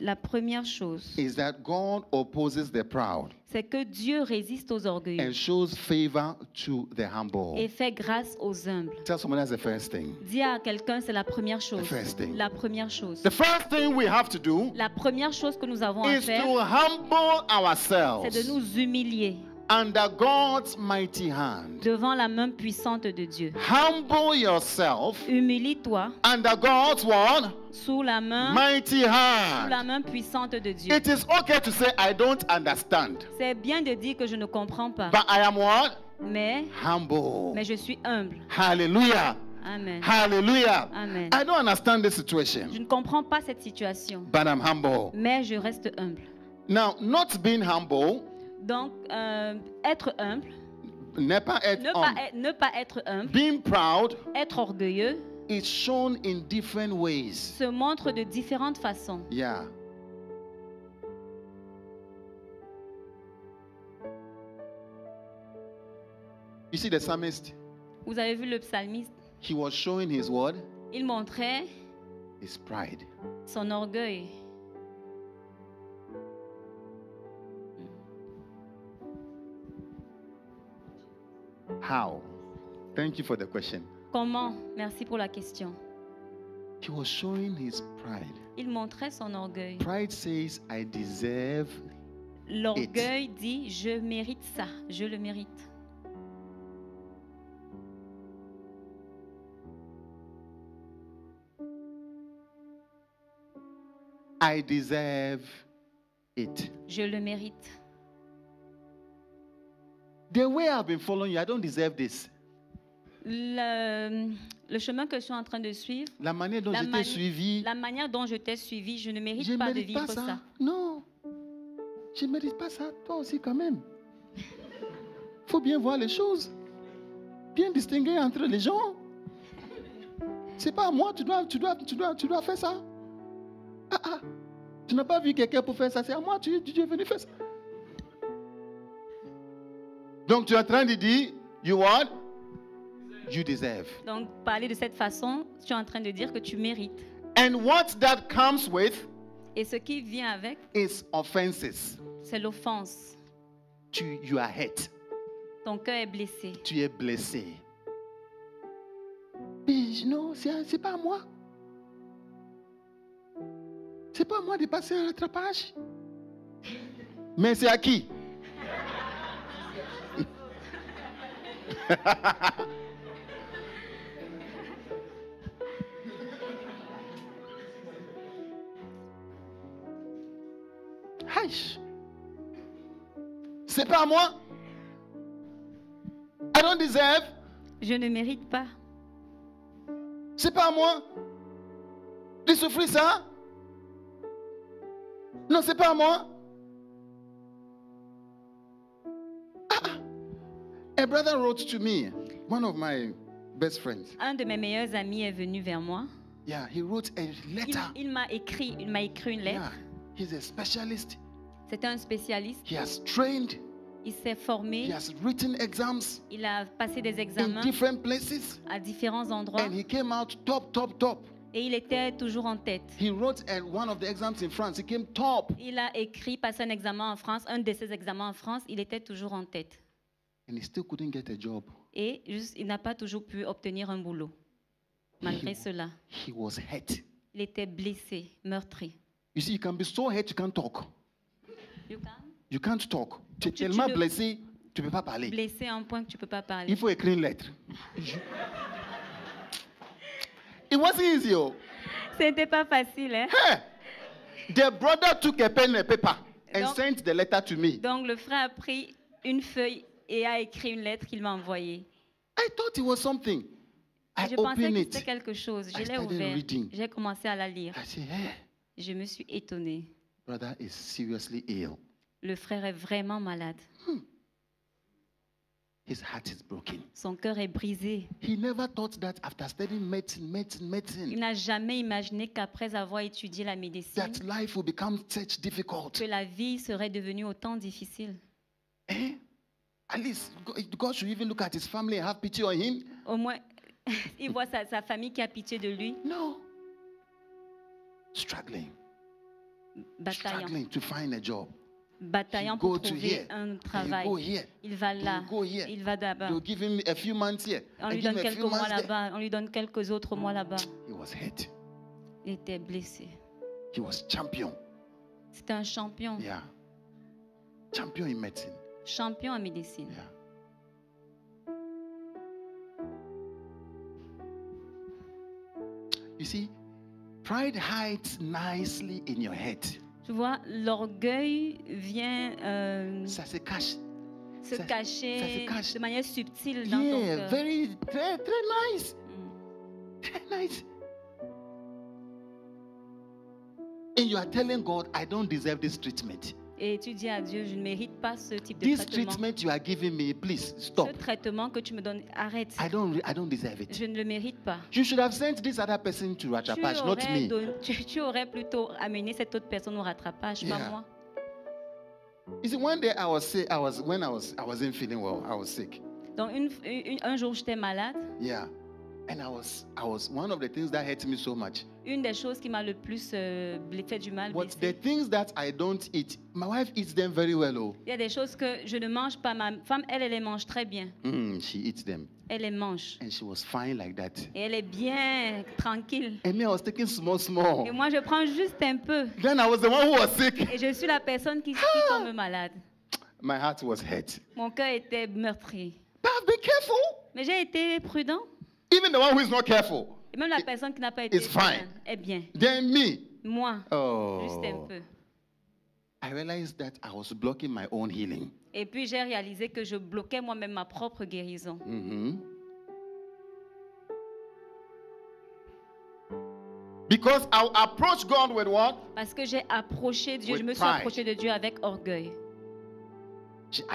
B: La première chose,
A: is that God opposes the proud
B: c'est que Dieu résiste aux orgueilleux
A: and shows favor to the humble.
B: et fait grâce aux humbles.
A: Tell someone that's the first thing.
B: Dis à quelqu'un, c'est la première chose.
A: first thing.
B: La première chose.
A: The first thing we have to do
B: La première chose que nous avons à
A: is
B: faire,
A: to humble
B: c'est
A: ourselves
B: de nous humilier
A: under God's mighty hand.
B: devant la main puissante de Dieu.
A: Humble yourself
B: Humilie-toi
A: under God's one
B: sous la main,
A: mighty
B: sous la
A: hand.
B: main puissante de Dieu.
A: It is okay to say, I don't understand,
B: C'est bien de dire que je ne comprends pas,
A: but I am what?
B: mais,
A: Humble.
B: mais je suis humble.
A: Hallelujah.
B: Amen.
A: Hallelujah.
B: Amen.
A: I don't understand this
B: Je
A: situation,
B: ne comprends pas cette situation,
A: but I'm humble.
B: mais je reste humble.
A: Now, not being humble,
B: Donc, euh, être humble,
A: ne pas être
B: ne
A: humble.
B: pas, être, ne pas être humble,
A: Being proud
B: être orgueilleux,
A: is shown in different ways.
B: se montre de différentes façons.
A: Yeah. You see, the psalmist,
B: Vous avez vu le psalmiste,
A: he was showing his word,
B: il montrait
A: his pride.
B: son orgueil.
A: How? Thank you for the question.
B: Comment Merci pour la question.
A: He was showing his pride.
B: Il montrait son orgueil.
A: Pride says, I deserve.
B: L'orgueil dit, je mérite ça, je le mérite.
A: I deserve it.
B: Je le mérite.
A: The way I've been following you, I don't deserve this.
B: Le, le chemin que je suis en train de suivre,
A: La manière dont
B: La
A: j'étais
B: mani-
A: suivi,
B: la manière dont je t'ai suivi, je ne mérite
A: je ne
B: pas de
A: mérite
B: vivre
A: pas
B: ça.
A: ça. Non, je ne mérite pas ça. Toi aussi quand même. faut bien voir les choses. Bien distinguer entre les gens. C'est pas à moi, tu dois, tu dois, tu dois, tu dois faire ça. Ah ah, tu n'as pas vu quelqu'un pour faire ça. C'est à moi, tu, tu es venu faire ça. Donc tu es en train de dire, you what? You deserve.
B: Donc, parler de cette façon, tu es en train de dire que tu mérites.
A: And what that comes with
B: Et ce qui vient avec,
A: is offenses.
B: c'est l'offense.
A: Tu, you are hurt.
B: Ton cœur est blessé.
A: Tu es blessé. Mais je- non, c'est c'est pas à moi. C'est pas à moi de passer un rattrapage. Mais c'est à qui Aïe. C'est pas à moi. I don't deserve.
B: Je ne mérite pas.
A: C'est pas à moi de souffrir ça. Non, c'est pas à moi. Ah, ah. A brother wrote to me, one of my best friends.
B: Un de mes meilleurs amis est venu vers moi.
A: Yeah, he wrote a
B: Il,
A: letter.
B: il m'a écrit, il m'a écrit une
A: Yeah.
B: lettre.
A: He's a specialist.
B: C'était un spécialiste.
A: He has trained.
B: Il s'est
A: He
B: formé.
A: has written exams
B: Il a passé des
A: in
B: examens
A: different places.
B: à différents endroits
A: And he came out top, top, top.
B: et il était toujours en tête.
A: He wrote at one of the exams in France. He came top.
B: Il a écrit, passé un examen en France, un de ses examens en France, il était toujours en tête.
A: And he still couldn't get a job.
B: Et juste, il n'a pas toujours pu obtenir un boulot. Malgré cela,
A: He was hurt.
B: il était blessé, meurtri.
A: You see, you can be so hurt you can't talk. You can't talk. Tu es
B: Tu- tu
A: tellement
B: ne-
A: blessé, tu ne peux pas parler.
B: Blessé à un point que tu peux pas parler.
A: Il faut écrire une lettre. It wasn't easy. oh.
B: C'était pas facile, hein?
A: Hey! The brother took a pen and a paper and
B: Donc-
A: sent the letter to me.
B: Donc le frère a pris une feuille et a écrit une lettre qu'il m'a envoyée.
A: I thought it was something. I
B: je pensais
A: opened
B: que
A: it.
B: c'était quelque chose. Je
A: I
B: l'ai
A: started
B: ouvert.
A: reading.
B: J'ai commencé à la lire.
A: I said, hey,
B: Je me suis étonnée.
A: brother is seriously ill.
B: Le frère est vraiment malade.
A: His heart is broken.
B: Son cœur est brisé.
A: He never thought that after studying medicine, medicine, medicine,
B: Il n'a jamais imaginé qu'après avoir étudié la médecine,
A: that life will become such difficult.
B: que la vie serait devenue autant difficile.
A: Eh? At least Go- God should even look at his family and have pity on him.
B: Au moins, [laughs] il voit sa, sa famille qui a pitié de lui,
A: No. Struggling,
B: bataillant,
A: struggling to find a job.
B: bataillant
A: You
B: pour
A: go to
B: trouver
A: here,
B: un
A: Then You
B: travail.
A: go here.
B: Il va
A: then
B: là,
A: You go here.
B: il va là-bas.
A: They'll give him a few months here.
B: On
A: and
B: lui
A: give
B: donne
A: him a
B: quelques
A: few
B: mois
A: months there.
B: là-bas, on lui donne quelques autres
A: Mm.
B: mois là-bas.
A: He was hit.
B: Il était blessé.
A: He was champion.
B: C'était un champion,
A: Yeah. Champion in medicine.
B: champion en médecine.
A: Yeah. You see, pride hides nicely in your head.
B: Tu vois, l'orgueil vient euh,
A: Ça se cache.
B: se
A: ça-
B: cacher
A: ça se cache.
B: de manière subtile dans ton
A: Yeah,
B: cœur.
A: very, très, très nice.
B: Mm.
A: Very nice. And you are telling God, I don't deserve this treatment.
B: Et tu dis à Dieu, je ne mérite pas ce type de
A: This
B: traitement.
A: treatment you are giving me, please stop.
B: Ce traitement que tu me donnes, arrête.
A: I don't, re- I don't deserve it.
B: Je ne le mérite pas.
A: You should have sent this other person to
B: Tu
A: Rachapash, not
B: aurais,
A: me.
B: don- [laughs] tu- tu aurais plutôt amené cette autre personne au rattrapage,
A: Yeah.
B: pas moi.
A: You see, one day I was sick. I was when I was I wasn't feeling well. I was sick.
B: Donc une- une- un jour, j'étais malade.
A: Yeah, and I was I was one of the things that hurt me so much
B: Une des choses qui m'a le plus euh, blé- fait du mal,
A: was the
B: blessée.
A: things that I don't eat. My wife eats them very well. Oh,
B: il y a des choses que je ne mange pas. Ma femme, elle, elle les mange très bien.
A: Mm, she eats them,
B: Elle les mange.
A: and she was fine like that.
B: Et elle est bien tranquille.
A: And me, I was taking small, small.
B: Et moi, je prends juste un peu.
A: Then I was the one who was sick.
B: Et je suis la personne qui qui
A: Ah!
B: tombe malade.
A: My heart was hurt.
B: Mon cœur était meurtri.
A: But be careful.
B: Mais j'ai été prudent.
A: Even the one who is not careful.
B: Et même la personne qui n'a pas été
A: It's fine.
B: prudente, eh bien,
A: Then me.
B: moi, juste un
A: Oh.
B: peu.
A: I realized that I was blocking my own healing.
B: Et puis j'ai réalisé que je bloquais moi-même ma propre guérison.
A: Mhm. Because I approach God with what?
B: Parce que j'ai approché Dieu,
A: With
B: je me suis
A: pride.
B: approché de Dieu avec orgueil.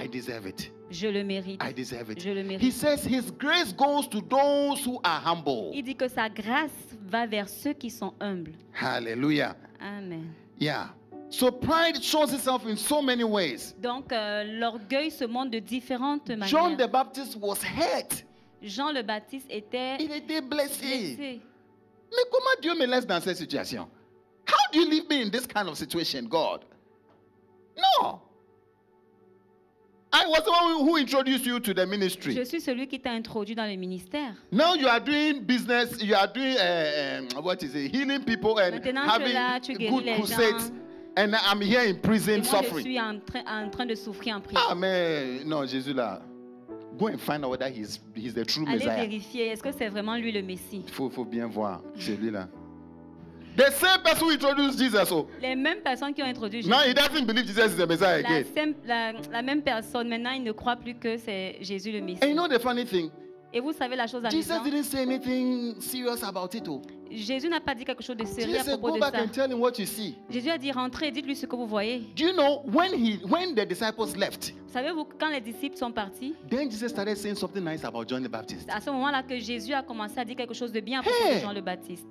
A: I deserve it.
B: Je le mérite.
A: I deserve it.
B: Je le
A: He
B: mérite.
A: says his grace goes to those who are humble.
B: Il dit que sa grâce va vers ceux qui sont humbles.
A: Hallelujah.
B: Amen.
A: Yeah. So pride shows itself in so many ways.
B: Donc euh, l'orgueil se montre de différentes
A: John the
B: manières.
A: Baptist was hurt.
B: Jean le Baptiste était
A: Il était blessé.
B: blessé.
A: Mais comment Dieu me laisse dans cette situation? How do you leave me in this kind of situation, God? No. I was the one who introduced you to the ministry.
B: Je suis celui qui t'a introduit dans le ministère.
A: Now you are doing business, you are doing uh, um, what is it, healing people and
B: Maintenant, tu es là, tu
A: having
B: guéris
A: good
B: les gens.
A: crusades. And I'm here in prison
B: Et moi, je
A: suffering.
B: suis en, train- en train de souffrir en prison.
A: Ah, mais non, Jésus là. Go and find out whether he's, he's the true
B: Allez
A: Messiah.
B: vérifier, est-ce que c'est vraiment lui le Messie
A: Il faut, faut bien voir
B: Mm.
A: celui-là. The same person who introduced Jesus. Oh,
B: Les mêmes personnes qui ont introduit Jésus.
A: now he doesn't believe Jesus is the Messiah
B: La,
A: again.
B: sem- la- la même personne, maintenant, il ne croit plus que c'est Jésus le Messie.
A: And you know the funny thing?
B: Et vous savez la chose
A: Jesus
B: amusante
A: didn't say anything serious about it. Oh.
B: Jésus n'a pas dit quelque chose de sérieux
A: Jesus
B: à
A: said,
B: propos
A: go
B: de
A: back
B: ça.
A: and tell him what you see.
B: Jésus a dit rentrez, dites-lui ce que vous voyez.
A: Do you know when he when the disciples left?
B: Savez-vous que quand les disciples sont partis,
A: Then Jesus started saying something nice about John the Baptist.
B: c'est à ce moment-là que Jésus a commencé à dire quelque chose de bien à propos
A: Hey!
B: de Jean le Baptiste.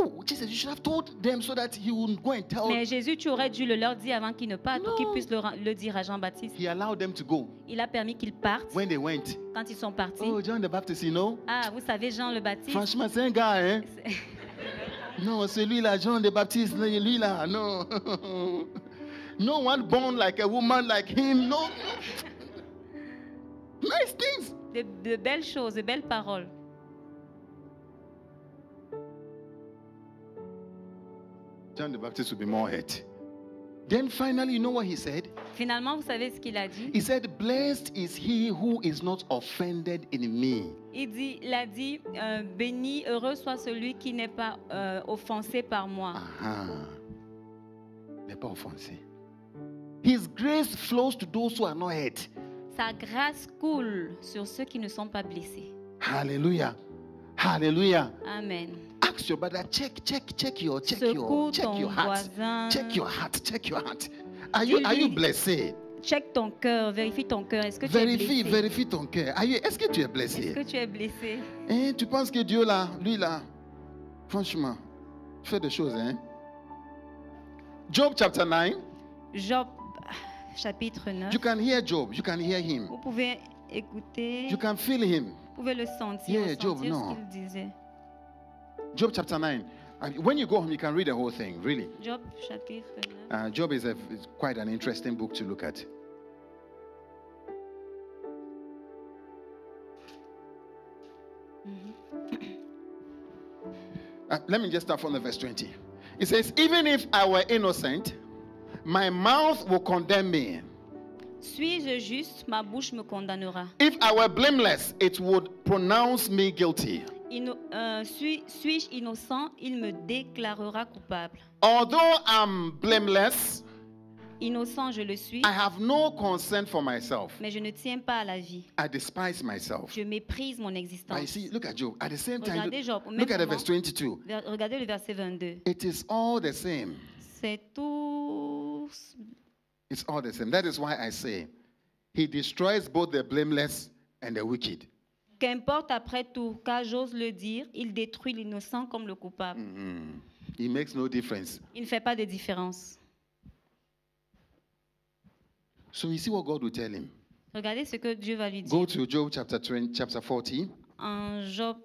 A: Oh, Jesus, you should have told them so that he would go and tell.
B: Mais Jésus, tu aurais dû le leur dire avant qu'ils ne partent pour qu'ils
A: Oh. Non.
B: puissent le, ren- le dire à Jean-Baptiste.
A: He allowed them to go
B: Il a permis qu'ils partent
A: when they went.
B: quand ils sont partis.
A: Oh, John the Baptist, you know.
B: Ah, vous savez, Jean le Baptiste.
A: Franchement, c'est un gars, hein.
B: c'est-
A: Non, celui-là, John the Baptist, lui-là, non. [laughs] no one born like a woman like him, no. nice things.
B: [laughs] De, de belles choses, de belles paroles.
A: John the Baptist would be more hurt. Then finally, you know what he said?
B: Finalement, vous savez ce qu'il a dit
A: He said, Blessed is he who is not offended in me.
B: Il, dit, il a dit euh, Béni, heureux soit celui qui n'est pas euh, offensé par moi.
A: Ah, N'est pas offensé. His grace flows to those who are not hurt.
B: Sa grâce coule sur ceux qui ne sont pas blessés.
A: Hallelujah. Hallelujah.
B: Amen.
A: Ask your brother, check, check, check your, check your,
B: Secoue
A: check
B: ton
A: your heart.
B: voisin.
A: Check your heart. Check your heart. Are you are you
B: Dis-lui.
A: blessé?
B: Check ton cœur, vérifie ton cœur. Est-ce que tu es
A: Vérifie,
B: blessé
A: vérifie ton cœur. Are you- Est-ce que tu es blessé?
B: Est-ce que tu es blessé
A: Hein, tu penses que Dieu là, lui là, franchement, il fait des choses, hein? Job chapter 9.
B: Job ah, chapitre 9.
A: You can hear Job. You can hear him.
B: Vous pouvez écouter,
A: You can feel him.
B: vous pouvez le sentir,
A: Yeah, Job,
B: sentir
A: non.
B: ce qu'il disait.
A: Job chapter 9. And when you go home, you can read the whole thing, really.
B: Job chapitre 9.
A: Uh, Job is, a, is quite an interesting book to look at. Uh, let me just start from the verse 20. It says, Even if I were innocent, my mouth will condemn me.
B: Suis-je juste, ma bouche me condamnera.
A: If I were blameless, it would pronounce me guilty.
B: Ino- euh, suis- Suis-je innocent, il me déclarera coupable.
A: Although I'm blameless,
B: Innocent, je le suis,
A: I have no concern for myself.
B: mais je ne tiens pas à la vie.
A: I despise myself.
B: Je méprise mon
A: But you
B: existence.
A: see, look at Job. At the same time,
B: Regardez Job,
A: look,
B: au
A: look
B: même
A: at the
B: moment.
A: verse 22.
B: Ver- Regardez le verset 22.
A: It is all the same.
B: C'est tout.
A: It's all the same. That is why I say, He destroys both the blameless and the wicked.
B: Qu'importe après tout, car j'ose le dire, il détruit l'innocent comme le coupable.
A: Mm. He makes no difference.
B: Il ne fait pas de différence.
A: So you see what God will tell him.
B: Regardez ce que Dieu va lui dire.
A: Go to Job chapter 20, chapter 40.
B: En Job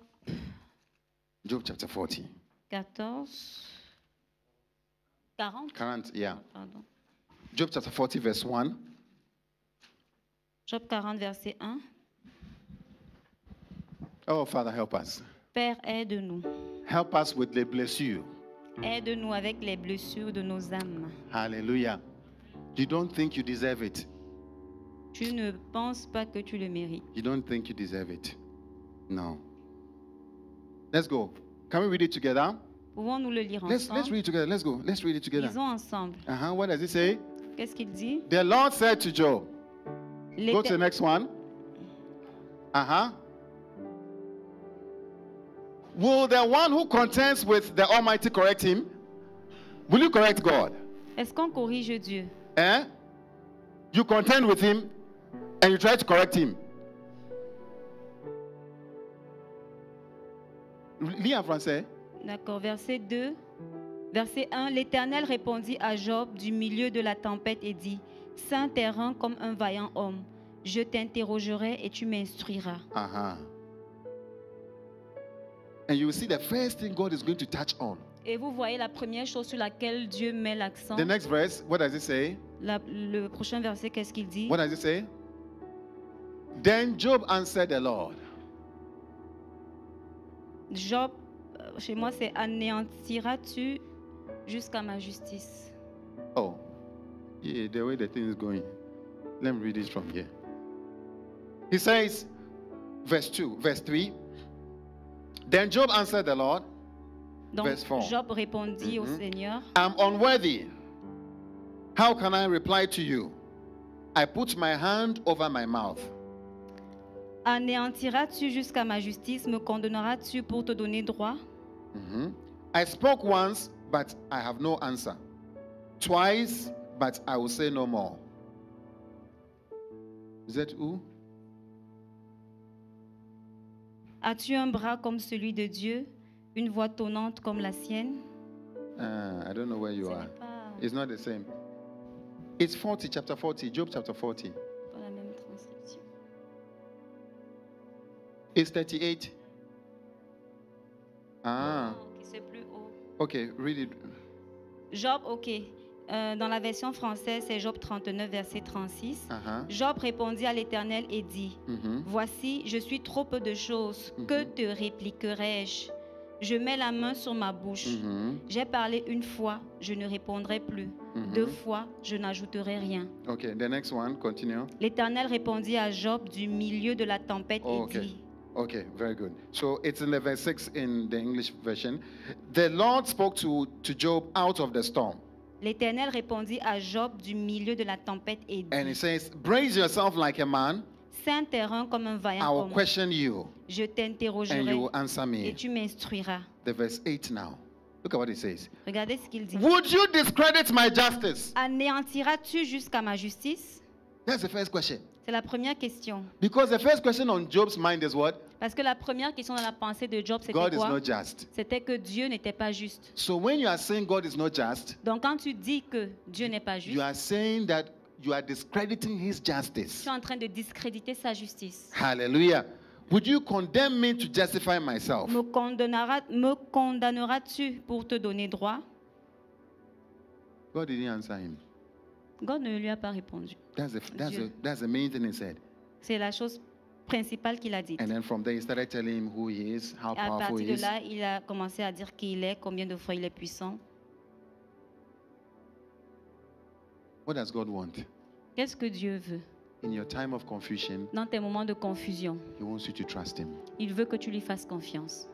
A: Job chapter 40.
B: 14, 40,
A: Current, yeah.
B: pardon.
A: Job chapter 40, verse 1.
B: Job 40, verset 1.
A: Oh, Father, help us.
B: Père, aide-nous.
A: Help us with the bless you.
B: Aide-nous avec les blessures de nos âmes.
A: Hallelujah. You don't think you deserve it.
B: Tu ne penses pas que tu le mérites.
A: You don't think you deserve it. No. Let's go. Can we read it together?
B: Pouvons-nous le lire
A: Let's let's
B: ensemble
A: read it together. Let's go. Let's read it together.
B: Lisons ensemble.
A: Uh-huh. What does it say?
B: Qu'est-ce qu'il dit
A: The Lord said to Job. Go to the
B: L'Éter-
A: next one. Uh-huh. Will the one who contends with the Almighty correct him? Will you correct God?
B: Est-ce qu'on corrige Dieu
A: Eh? You contend with him and you try to correct him. Lis en français.
B: D'accord, verset 2. Verset 1, l'Éternel répondit à Job du milieu de la tempête et dit, Saint et rang comme un vaillant homme, je t'interrogerai et tu m'instruiras.
A: Uh-huh. And you will see the first thing God is going to touch on.
B: Et vous voyez la première chose sur laquelle Dieu met l'accent.
A: The next verse, what does it say?
B: La- le prochain verset, qu'est-ce qu'il dit
A: What does it say? Then Job answered the Lord.
B: Job, euh, chez moi, c'est anéantiras-tu jusqu'à ma justice
A: Oh, yeah, the way the thing is going. Let me read this from here. He says, verse 2, verse 3. Then Job answered the Lord,
B: Donc,
A: Verse four.
B: Job répondit au
A: Mhm.
B: Seigneur,
A: I'm unworthy. How can I reply to you? I put my hand over my mouth.
B: Anéantiras-tu jusqu'à ma justice Me condamneras-tu pour te donner droit
A: Mhm. I spoke once, but I have no answer. Twice, but I will say no more. Is that who?
B: As-tu un bras comme celui de Dieu une voix tonnante comme la sienne.
A: Ah, I don't know where
B: Ce
A: you
B: n'est
A: are.
B: pas,
A: It's not the same. It's 40, chapter 40, Job chapter 40.
B: pas la même transcription.
A: It's 38. Ah,
B: ok, c'est plus haut.
A: okay, read it.
B: Job, ok. Euh, dans la version française, c'est Job 39, verset 36.
A: Uh huh.
B: Job répondit à l'Éternel et dit,
A: Mm-hmm.
B: Voici, je suis trop peu de choses. Que
A: Mhm.
B: te répliquerai-je Je mets la main sur ma bouche.
A: Mm-hmm.
B: J'ai parlé une fois, je ne répondrai plus. Deux
A: Mm-hmm.
B: fois, je n'ajouterai rien.
A: Okay, the next one, continue.
B: L'Éternel répondit à Job du milieu de la tempête
A: Oh,
B: et
A: ok.
B: dit,
A: Okay, very good. So it's in the verse 6 in the English version. The Lord spoke to, to Job out of the storm,
B: L'Éternel répondit à Job du milieu de la tempête et
A: and he
B: dit,
A: says, Brace yourself like a man,
B: Saint terrain comme un
A: I
B: vaillant
A: will
B: homme,
A: question you,
B: je
A: and
B: t'interrogerai
A: you will answer
B: et
A: me.
B: tu m'instruiras.
A: The verse 8 now. Look at what it says.
B: Regardez ce qu'il dit.
A: Would you discredit my justice?
B: Anéantiras-tu jusqu'à ma justice
A: That's the first question.
B: C'est la première question.
A: Because the first question on Job's mind is what?
B: Parce que la première question dans la pensée de Job, c'était
A: God is
B: quoi
A: not just.
B: C'était que Dieu n'était pas juste.
A: So when you are saying God is not just,
B: Donc quand tu dis que Dieu n'est pas juste,
A: you are saying that you are discrediting his
B: tu
A: justice.
B: es en train de discréditer sa justice.
A: Hallelujah. Would you condemn me to justify myself?
B: Me condamnera- me condamneras-tu pour te donner droit
A: God didn't answer him.
B: God ne lui a pas répondu.
A: That's the, that's, the,
B: Dieu.
A: that's the main thing he said.
B: C'est la chose principale qu'il a dite.
A: And then from there, he started telling him who he is, how
B: Et à
A: powerful
B: partir
A: he
B: de
A: is.
B: là, il a commencé à dire qui il est, combien de fois il est puissant.
A: What does God want?
B: Qu'est-ce que Dieu veut
A: In your time of confusion,
B: Dans tes moments de confusion,
A: he wants you to trust him.
B: il veut que tu lui fasses confiance.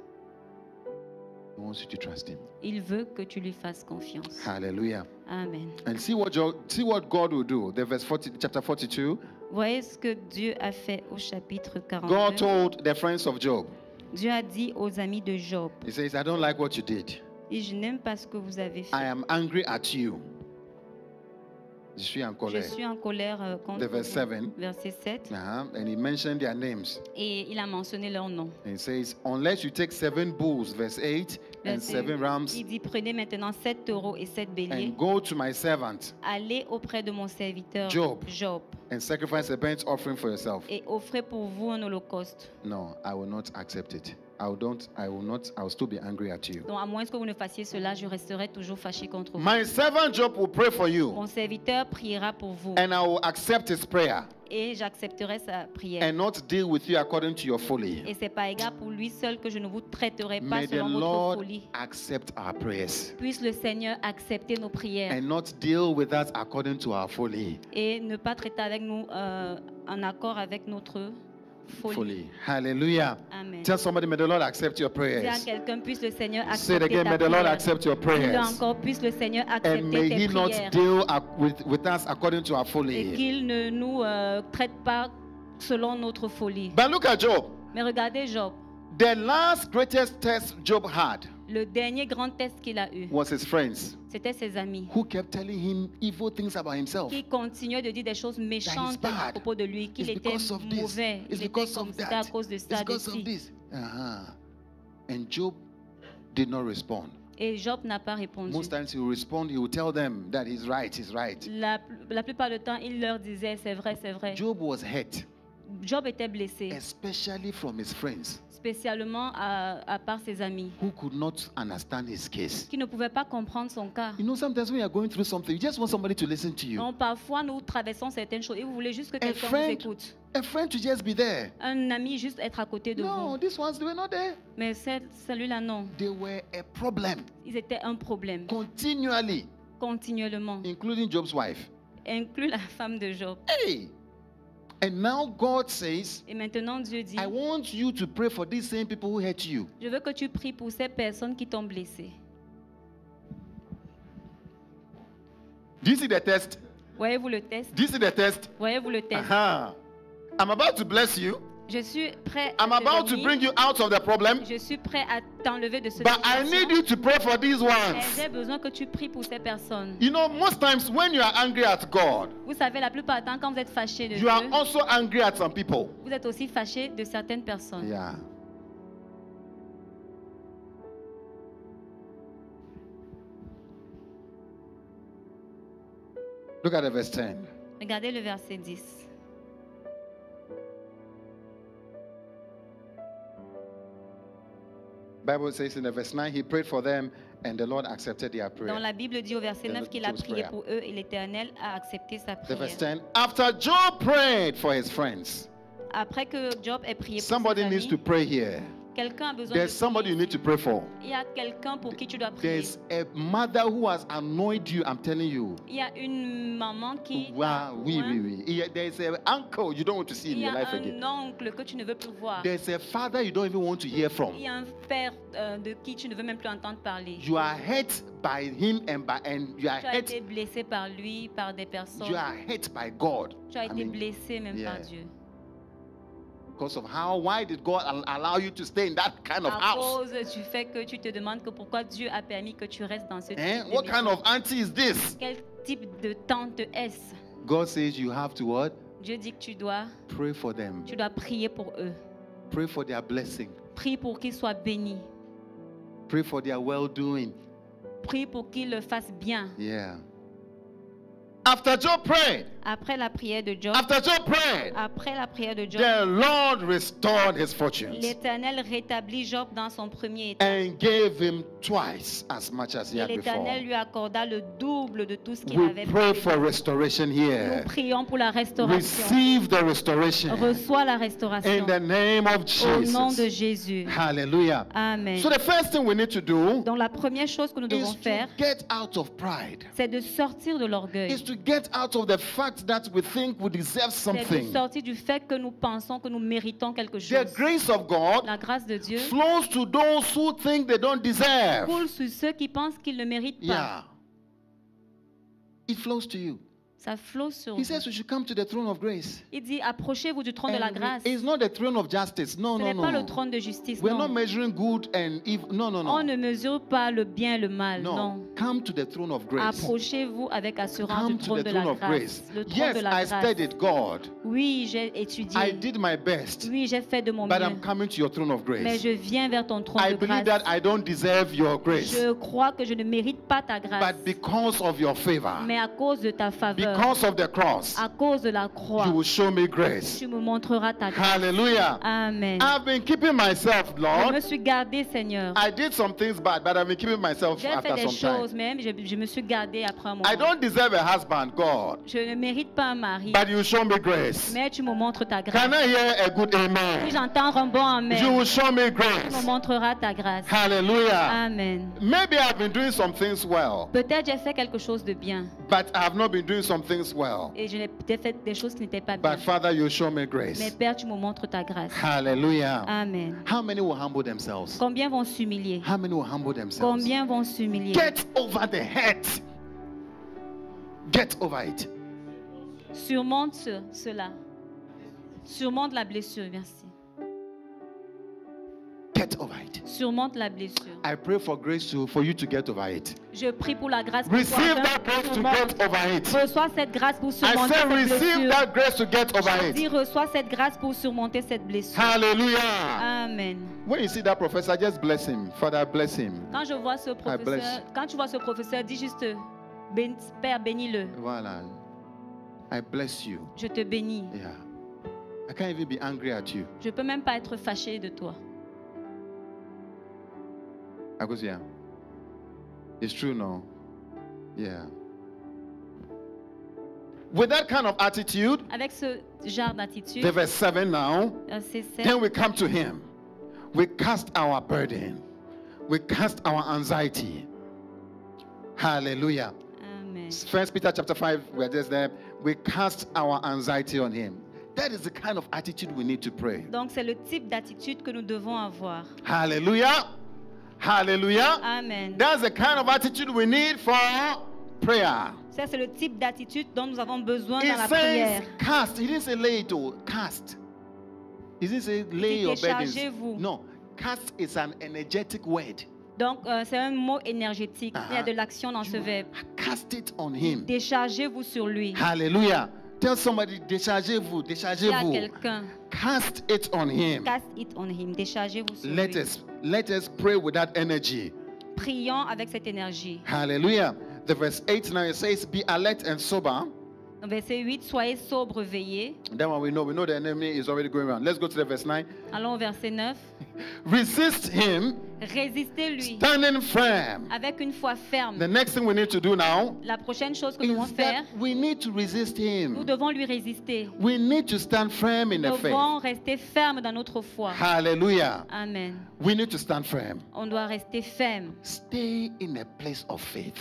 A: He wants you to trust him.
B: Il veut que tu lui fasses confiance.
A: Ah. Hallelujah.
B: Amen.
A: And see what, Jo- see what God will do. The verse 40, chapter 42.
B: Voyez ce que Dieu a fait au chapitre
A: God
B: 42.
A: told the friends of Job,
B: Dieu a dit aux amis de Job,
A: He says, I don't like what you did.
B: et je n'aime pas ce que vous avez
A: I
B: fait.
A: am angry at you. Je suis en
B: Je
A: colère.
B: suis en colère euh, contre
A: The verse
B: vous.
A: 7.
B: Verset 7.
A: Uh-huh. And he mentioned their names.
B: Et il a mentionné leur nom.
A: And he says, Unless you take seven bulls, verse 8, and
B: Verset
A: seven rams,
B: Il dit, prenez maintenant sept taureaux et sept béliers.
A: and go to my servant
B: Allez auprès de mon serviteur
A: Job.
B: Job,
A: and sacrifice a burnt offering for yourself.
B: et offrez pour vous un holocauste.
A: No, I will not accept it. I will not, I will not, I will still be angry at you.
B: Donc à moins que vous ne fassiez cela, je resterai toujours fâché contre vous.
A: My servant Job will pray for you,
B: Mon serviteur priera pour vous
A: and I will accept his prayer
B: et j'accepterai sa prière.
A: and not deal with you according to your
B: Et
A: folly.
B: c'est par égard pour lui seul que je ne vous traiterai pas
A: May the
B: selon votre
A: Lord
B: folie.
A: accept our prayers
B: Puisse le Seigneur accepter nos prières
A: and not deal with us according to our folly.
B: et ne pas traiter avec nous euh, en accord avec notre folie.
A: Folly. Hallelujah.
B: Amen.
A: Tell somebody, may the Lord accept your
B: Dis à
A: prayers.
B: quelqu'un, puisse le Seigneur
A: Say it
B: accepter
A: again,
B: ta
A: may the Lord
B: prière.
A: accept your
B: Dis-le
A: prayers.
B: encore, puisse le Seigneur accepter
A: And may
B: tes
A: he not
B: prières
A: deal ac- with, with us according to our
B: et
A: folly.
B: qu'il ne nous euh, traite pas selon notre folie.
A: But look at Job.
B: Mais regardez Job,
A: The last greatest test Job had
B: le dernier grand test qu'il a eu,
A: was his friends
B: c'était ses amis
A: who kept telling him evil things about himself.
B: qui continuaient de dire des choses méchantes à
A: bad.
B: propos de lui, qu'il
A: It's
B: était
A: because of this.
B: mauvais,
A: It's
B: il était
A: because
B: comme
A: of
B: c'était à
A: that.
B: cause de
A: It's
B: ça, de
A: because of
B: ci.
A: this. Uh-huh. And Job did not respond.
B: Et Job n'a pas répondu.
A: Most times he will respond, he will tell them that he's right, he's right.
B: La, la plupart du temps, il leur disait, c'est vrai, c'est vrai.
A: Job was hurt,
B: Job était blessé,
A: especially from his friends
B: spécialement à, à part ses amis,
A: who could not understand his case.
B: qui ne pouvaient pas comprendre son cas.
A: You know, sometimes when you are going through something, you just want somebody to listen to you.
B: Donc parfois nous traversons certaines choses et vous voulez juste que quelqu'un vous
A: friend-
B: écoute.
A: A friend to just be there.
B: Un ami juste être à côté de
A: No,
B: vous.
A: these ones, they were not there.
B: Mais celle- celui-là non,
A: They were a problem
B: ils étaient un problème
A: continually,
B: continuellement,
A: including Job's wife.
B: inclus la femme de Job.
A: Hey! And now God says,
B: Et maintenant Dieu dit,
A: I want you to pray for these same people who hurt you.
B: je veux que tu pries pour ces personnes qui t'ont blessé.
A: Do you see the test?
B: Voyez-vous le test
A: Do you see the test?
B: Voyez-vous le test
A: Uh-huh. I'm about to bless you.
B: Je suis prêt à
A: I'm
B: te
A: about to
B: bénir.
A: bring you out of the problem.
B: Je suis prêt à t'enlever de ce
A: But I need you to pray for these
B: Mais
A: ones.
B: j'ai besoin que tu pries pour ces personnes.
A: You know, most times when you are angry at God,
B: Vous savez, la plupart du temps, quand vous êtes fâché de
A: you are
B: Dieu,
A: also angry at some people.
B: vous êtes aussi fâché de certaines personnes.
A: Yeah. Look at the verse 10.
B: Regardez le verset 10.
A: Bible says in the verse 9, he prayed for them and the Lord accepted their prayer.
B: Dans la Bible dit au verset
A: The
B: 9
A: Lord
B: qu'il a
A: chose
B: prié
A: prayer.
B: pour eux et l'Éternel a accepté sa
A: The verse
B: prière.
A: 10, after Job prayed for his friends.
B: Après que Job ait prié pour ses
A: Somebody needs
B: amis,
A: to pray here.
B: quelqu'un a besoin de
A: There's somebody you
B: prier.
A: need to pray for.
B: Il y a quelqu'un pour qui tu dois prier.
A: There's a mother who has annoyed you, I'm telling you.
B: Il y a une maman qui
A: Wow, oui, oui,
B: Ouais.
A: oui. Il y a- There's an uncle you don't want to see in
B: Il y
A: your
B: a
A: life
B: un
A: again.
B: oncle que tu ne veux plus voir.
A: There's a father you don't even want to hear from.
B: Il y a un père euh, de qui tu ne veux même plus entendre parler.
A: You are hurt by him and by and you are
B: Tu as
A: hurt.
B: été blessé par lui, par des
A: You
B: personnes.
A: are hurt by God.
B: Tu as
A: I
B: été
A: mean,
B: blessé même
A: yeah.
B: par Dieu.
A: because of how why did God al- allow you to stay in that kind of
B: À
A: house?
B: cause du fait que tu te demandes que pourquoi Dieu a permis que tu restes dans ce type
A: Eh?
B: de
A: What
B: maison.
A: kind of auntie is this?
B: Quel type de tante est-ce
A: God says you have to what?
B: Dieu dit que tu dois,
A: Pray for them.
B: tu dois prier pour eux.
A: Pray for their blessing.
B: Prie pour qu'ils soient bénis.
A: Pray for their well doing.
B: Prie pour qu'ils le fassent bien.
A: Yeah. After Job prayed,
B: Après la prière de Job,
A: after Job prayed,
B: après la prière de Job,
A: the Lord restored his fortunes
B: l'Éternel rétablit Job dans son premier état.
A: and gave him twice as much as he
B: Et
A: had
B: l'Éternel
A: before.
B: lui accorda le double de tout ce qu'il
A: We
B: avait
A: pray
B: prévu.
A: for restoration
B: Nous
A: here.
B: prions pour la restauration.
A: Receive the restoration
B: Reçois la restauration
A: in the name of
B: au nom
A: Jesus.
B: de Jésus.
A: Hallelujah.
B: Amen.
A: So the first thing we need to do
B: Donc la première chose que nous
A: is
B: devons
A: to
B: faire,
A: get out of pride.
B: c'est de sortir de
A: Is
B: l'orgueil.
A: to get out of the fact that we think we deserve
B: C'est de
A: something.
B: sortir du fait que nous pensons que nous méritons quelque
A: The
B: chose.
A: grace of God
B: La grâce de Dieu
A: flows to those who think they don't deserve.
B: coule sur ceux qui pensent qu'ils ne méritent pas.
A: Yeah. It flows to you.
B: Ça flotte sur
A: He
B: vous.
A: says we should come to the throne of grace.
B: Il dit, approchez-vous du trône de
A: And
B: la
A: we-
B: grâce.
A: It's
B: Ce
A: not the throne of justice. No, no,
B: n'est pas
A: no.
B: le trône de justice.
A: We're
B: non.
A: not measuring good and evil. No, no,
B: On ne
A: no.
B: mesure pas le bien et le mal.
A: No.
B: Non.
A: Come to the throne of grace.
B: Approchez-vous avec assurance
A: Come
B: du
A: to
B: trône
A: the
B: de
A: throne
B: la
A: of grace.
B: grâce. Le trône
A: Yes,
B: de
A: I
B: la grâce.
A: studied God.
B: Oui, j'ai
A: I
B: étudié.
A: did my best.
B: Oui, j'ai fait de mon
A: But I'm
B: mieux.
A: coming to your throne of
B: Mais
A: grace.
B: je viens vers ton trône
A: I
B: de
A: believe
B: grâce.
A: that I don't deserve your grace.
B: Je crois que je ne mérite pas ta grâce.
A: But because of your favor,
B: Mais à cause de ta faveur,
A: because of the cross,
B: à cause de la
A: you
B: croix,
A: will show me grace.
B: tu me montreras ta grâce.
A: Hallelujah.
B: Amen.
A: I've been keeping myself,
B: Je me
A: Lord.
B: suis gardé, Seigneur.
A: I did some things bad, but I've been keeping myself
B: J'ai fait
A: after
B: des
A: some
B: choses,
A: time.
B: même je, je me suis gardé après un
A: I
B: moment.
A: don't deserve a husband, God,
B: Je ne mérite pas un mari,
A: but you show me grace.
B: mais tu me montres ta
A: Can
B: grâce.
A: I hear a good
B: Si
A: amen?
B: j'entends un bon
A: You
B: amen,
A: will show me
B: tu me
A: grace.
B: montreras ta grâce. Uh,
A: Hallelujah.
B: Amen.
A: Maybe I've been doing some things well,
B: Peut-être j'ai fait quelque chose de bien
A: but I've not been doing some things well.
B: et je n'ai peut-être fait des choses qui n'étaient pas bien.
A: But Father, you show me
B: Mais
A: grace.
B: Père, tu me montres ta grâce. Uh,
A: Hallelujah.
B: Amen.
A: How many will humble themselves?
B: Combien vont s'humilier
A: How many will humble themselves?
B: Combien vont s'humilier
A: Get over the hurt. Get over it.
B: Surmonte ce- cela. Surmonte la blessure, merci.
A: Get over it.
B: Surmonte la blessure.
A: I pray for grace to, for you to get over it.
B: Je prie pour la grâce pour
A: Receive
B: toi,
A: that grace to
B: surmonte.
A: get over it.
B: Reçois cette grâce pour
A: I
B: surmonter
A: say,
B: cette
A: receive
B: blessure.
A: that grace to get over
B: Je dis,
A: it.
B: reçois cette grâce pour surmonter cette blessure. Uh,
A: Hallelujah.
B: Amen.
A: When you see that professor, just bless him. Father, bless him.
B: Quand je vois ce
A: Ah, bless.
B: professeur, quand tu vois ce professeur, dis juste, Bén- Père, bénis-le.
A: Voilà. I bless you.
B: Je te bénis.
A: Yeah. I can't even be angry at you.
B: Je peux même pas être fâché de toi.
A: I goes, yeah. It's true now. Yeah. With that kind of attitude,
B: Avec ce genre
A: the
B: d'attitude, euh,
A: verse 7 now,
B: verset 7,
A: then we come to him. We cast our burden. We cast our anxiety. Hallelujah.
B: Amen.
A: First Peter chapter 5, we're just there. We cast our anxiety on him. That is the kind of attitude we need to pray.
B: Donc c'est le type d'attitude que nous devons avoir.
A: Hallelujah. Hallelujah.
B: Amen.
A: That's the kind of attitude we need for prayer.
B: Ça c'est le type d'attitude dont nous avons besoin dans
A: It says
B: la prière.
A: cast. He didn't say lay it all. Cast. He didn't say lay
B: dit
A: your burdens.
B: déchargez-vous.
A: No. Cast is an energetic word.
B: Donc euh, c'est un mot énergétique. Il y a
A: Uh-huh.
B: de l'action dans ce
A: You
B: verbe.
A: Cast it on him.
B: Déchargez-vous sur lui.
A: Hallelujah. Tell somebody, déchargez-vous,
B: Il y a
A: déchargez-vous.
B: quelqu'un.
A: Cast it on him.
B: Cast it on him. Déchargez-vous sur
A: Let
B: lui.
A: us let us pray with that energy.
B: Prions avec cette énergie.
A: Hallelujah. The verse 8 now it says, Be alert and sober.
B: Dans Verset 8, soyez sobre, veillez.
A: Then when we know, we know the enemy is already going around. Let's go to the verse 9.
B: Allons au verset 9.
A: Resist him,
B: Résistez-lui
A: standing firm.
B: avec une foi ferme.
A: The next thing we need to do now
B: La prochaine chose que nous devons
A: is
B: faire,
A: that we need to resist
B: nous
A: him.
B: devons lui résister.
A: We need to stand firm in
B: Nous
A: the faith.
B: devons rester fermes dans notre foi.
A: Hallelujah.
B: Amen.
A: We need to stand firm.
B: On doit rester ferme.
A: Stay in a place of faith.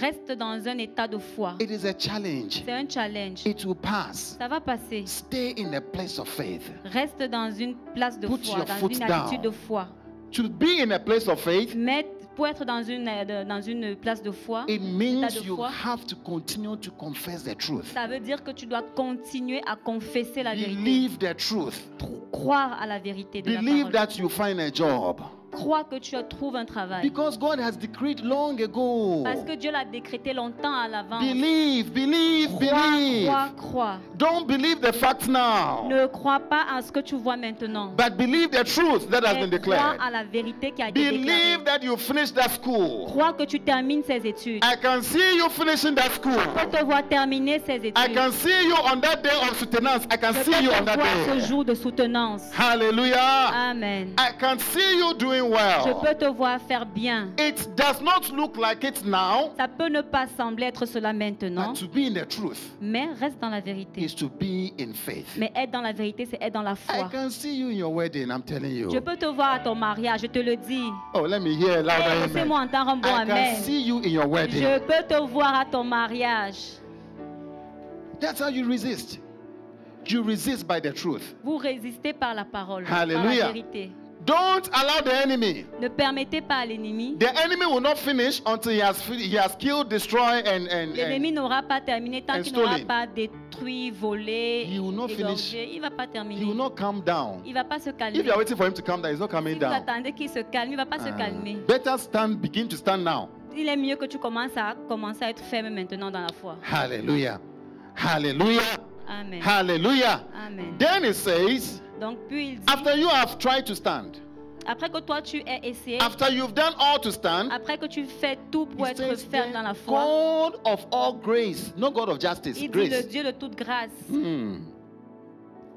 B: Reste dans un état de foi.
A: It is a challenge.
B: C'est un challenge.
A: It will pass.
B: Ça va passer.
A: Stay in a place of faith.
B: Reste dans une place de
A: Put
B: foi,
A: your
B: dans
A: foot
B: une
A: down.
B: attitude de foi.
A: To be in a place of faith,
B: Mais pour être dans une, euh, dans une place de foi,
A: it means you
B: foi.
A: have to continue to confess the truth.
B: ça veut dire que tu dois continuer à confesser la vérité.
A: Believe the truth.
B: Tr- Croire à la vérité de
A: Believe
B: la parole.
A: that you find a job.
B: Crois que tu trouves un travail.
A: Because God has decreed long ago.
B: Parce que Dieu l'a décrété longtemps à l'avance.
A: Believe, believe,
B: Crois,
A: believe.
B: crois, crois.
A: Don't believe the fact now,
B: Ne crois pas à ce que tu vois maintenant.
A: but believe the truth that has
B: Mais
A: been
B: crois
A: declared.
B: à la vérité qui a été déclarée.
A: Believe that you finished that school.
B: Crois que tu termines ces études.
A: I can see you finishing that
B: Je
A: school.
B: te vois terminer ces études.
A: I can see you on that day of sustenance. I can
B: Je
A: see you
B: peux
A: on
B: te voir ce
A: that day. Ah.
B: jour de soutenance.
A: Hallelujah.
B: Amen.
A: I can see you doing
B: Je peux
A: well.
B: te voir faire bien.
A: It does not look like it now,
B: Ça peut ne pas sembler être cela maintenant,
A: but to be in the truth
B: mais reste dans la vérité.
A: is to be in faith.
B: Mais être dans la vérité, c'est être dans la
A: I
B: foi.
A: can see you in your wedding, I'm telling
B: Je
A: you.
B: peux te voir à ton mariage, je te le dis.
A: Oh, let me hear a
B: Hey,
A: louder amen.
B: Eh, Laissez-moi entendre un bon
A: I
B: amen.
A: can see you in your
B: Je
A: wedding.
B: peux te voir à ton mariage.
A: That's how you resist. You resist by the truth.
B: Vous résistez par la parole, par
A: Hallelujah.
B: la vérité.
A: Don't allow the enemy.
B: Ne permettez pas à l'ennemi.
A: The enemy will not finish until he has fi- he has killed, destroyed, and and,
B: L'ennemi
A: and
B: n'aura pas terminé tant
A: and
B: qu'il n'aura
A: stolen.
B: pas détruit, volé,
A: He will not
B: égorgé. Il va pas
A: he will
B: terminer.
A: not calm down.
B: Il va pas se calmer.
A: If you are waiting for him to calm down, he's not
B: Si
A: calming
B: vous
A: down.
B: attendez qu'il se calme, il va pas se
A: Ah.
B: calmer.
A: better stand, begin to stand now.
B: Il est mieux que tu commences à commencer à être ferme maintenant dans la foi.
A: Hallelujah, Hallelujah,
B: Amen.
A: Hallelujah.
B: Amen.
A: Then it says,
B: Donc puis il dit,
A: after you have tried to stand,
B: après que toi tu aies essayé,
A: after you've done all to stand,
B: après que tu fais tout pour
A: it
B: être
A: says,
B: ferme
A: then
B: dans la foi,
A: God of all grace, not God of justice,
B: il dit le
A: grace.
B: Dieu de toute grâce,
A: Hmm.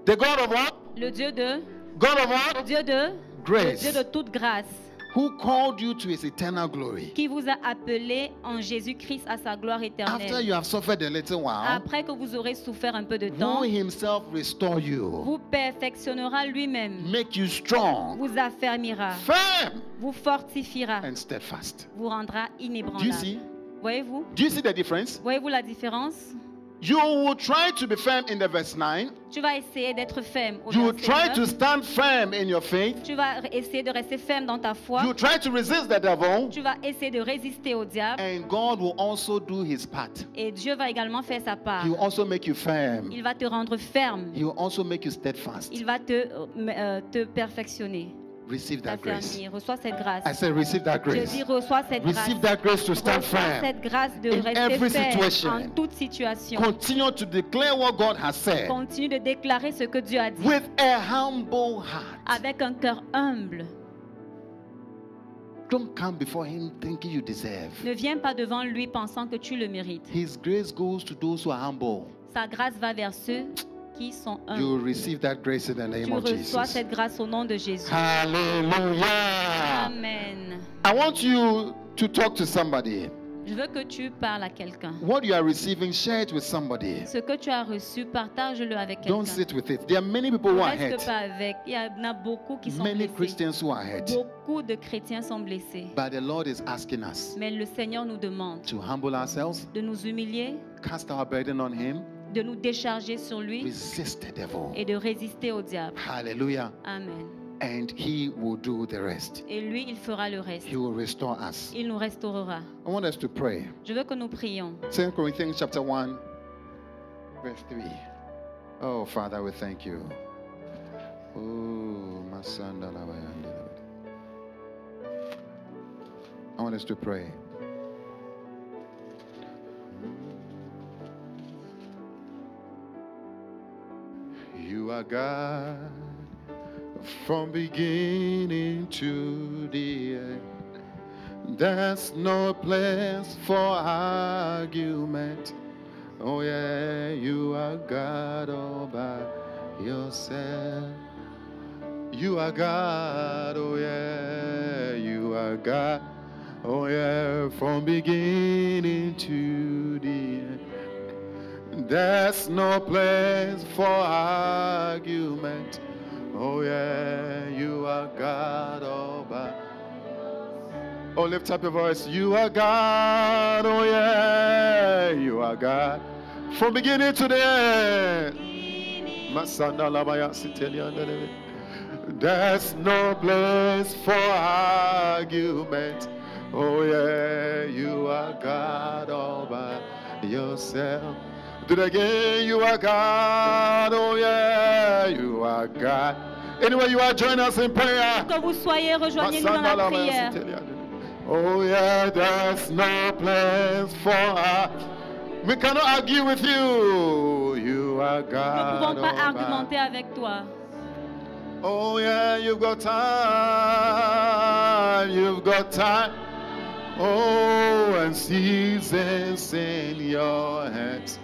A: The God of what?
B: le Dieu de,
A: God of
B: le
A: what?
B: Dieu de, le Dieu
A: Grace.
B: de toute grâce,
A: Who called you to his eternal glory.
B: qui vous a appelé en Jésus-Christ à sa gloire
A: After
B: éternelle.
A: you have suffered a little while,
B: Après que vous aurez souffert un peu de temps,
A: who himself restore you,
B: vous perfectionnera lui-même,
A: make you strong,
B: vous affermira,
A: firm,
B: vous fortifiera,
A: and steadfast.
B: vous rendra
A: Do you see?
B: inébranlable. Voyez-vous
A: Do you see the difference?
B: Voyez-vous la différence
A: You will try to be firm in the verse 9.
B: Tu vas essayer d'être ferme. au
A: You will
B: verset
A: try
B: neuf.
A: to stand firm in your faith.
B: Tu vas essayer de rester ferme dans ta foi.
A: You try to resist the devil.
B: Tu vas essayer de résister au diable.
A: And God will also do his part.
B: Et Dieu va également faire sa part.
A: He will also make you firm.
B: Ah. Il va te rendre ferme.
A: He will also make you steadfast.
B: Il va te, euh, m- euh, te perfectionner.
A: Receive that grace.
B: T'affermir. Reçois cette
A: I
B: grâce.
A: said, receive that
B: Je
A: grace.
B: dis reçois cette grâce.
A: Receive that grace to stand
B: Reçois
A: firm.
B: cette grâce de
A: in every
B: rester
A: situation.
B: ferme en toute situation.
A: Continue to declare what God has said
B: Continue de déclarer ce que Dieu a dit
A: with a humble heart.
B: avec un cœur humble.
A: Don't come before Him thinking you deserve.
B: Ne viens pas devant lui pensant que tu le mérites.
A: His grace goes to those who are humble.
B: Sa grâce va vers ceux qui sont
A: You
B: humbles.
A: will receive that grace in the
B: Tu
A: name of
B: reçois
A: Jesus.
B: cette grâce au nom de Jésus.
A: Hallelujah.
B: Amen.
A: I want you to talk to somebody.
B: Je veux que tu parles à quelqu'un.
A: What you are receiving, share it with somebody.
B: Ce que tu as reçu, partage-le avec quelqu'un.
A: Don't sit with it. There are many people who
B: Ne
A: are
B: Reste
A: hurt.
B: pas avec. Il y en a beaucoup qui sont
A: Many
B: blessés.
A: Christians who are hurt.
B: Beaucoup de chrétiens sont blessés.
A: But the Lord is asking us
B: Mais le Seigneur nous demande
A: to humble ourselves,
B: de nous humilier,
A: cast our burden on Him,
B: de nous décharger sur lui
A: resist the devil.
B: et de résister au diable.
A: Hallelujah.
B: Amen.
A: And He will do the rest.
B: Et lui, il fera le reste.
A: He will restore us.
B: Il nous restaurera.
A: I want us to pray.
B: Je veux que nous prions.
A: 2 Corinthians chapter 1, verse 3. Oh, Father, we thank you. Oh, Masanda Labayanda. I want us to pray. You are God from beginning to the end. There's no place for argument. Oh, yeah, you are God all by yourself. You are God, oh, yeah, you are God. Oh, yeah, from beginning to the end. There's no place for argument. Oh, yeah, you are God all by Oh, lift up your voice. You are God. Oh, yeah. You are God. From beginning to the end. Masanda labaya siteli andele. There's no place for argument. Oh, yeah. You are God all by yourself. Do it again. You are God. Oh, yeah. You are God. Anyway, you are joining us in prayer.
B: Que vous soyez rejoignez-nous dans la prière.
A: Oh yeah, there's no place for us. We cannot argue with you. You are
B: Nous ne
A: God.
B: pouvons pas
A: oh, God.
B: argumenter avec toi.
A: Oh yeah, you've got time. You've got time. Oh, and seasons in your hands.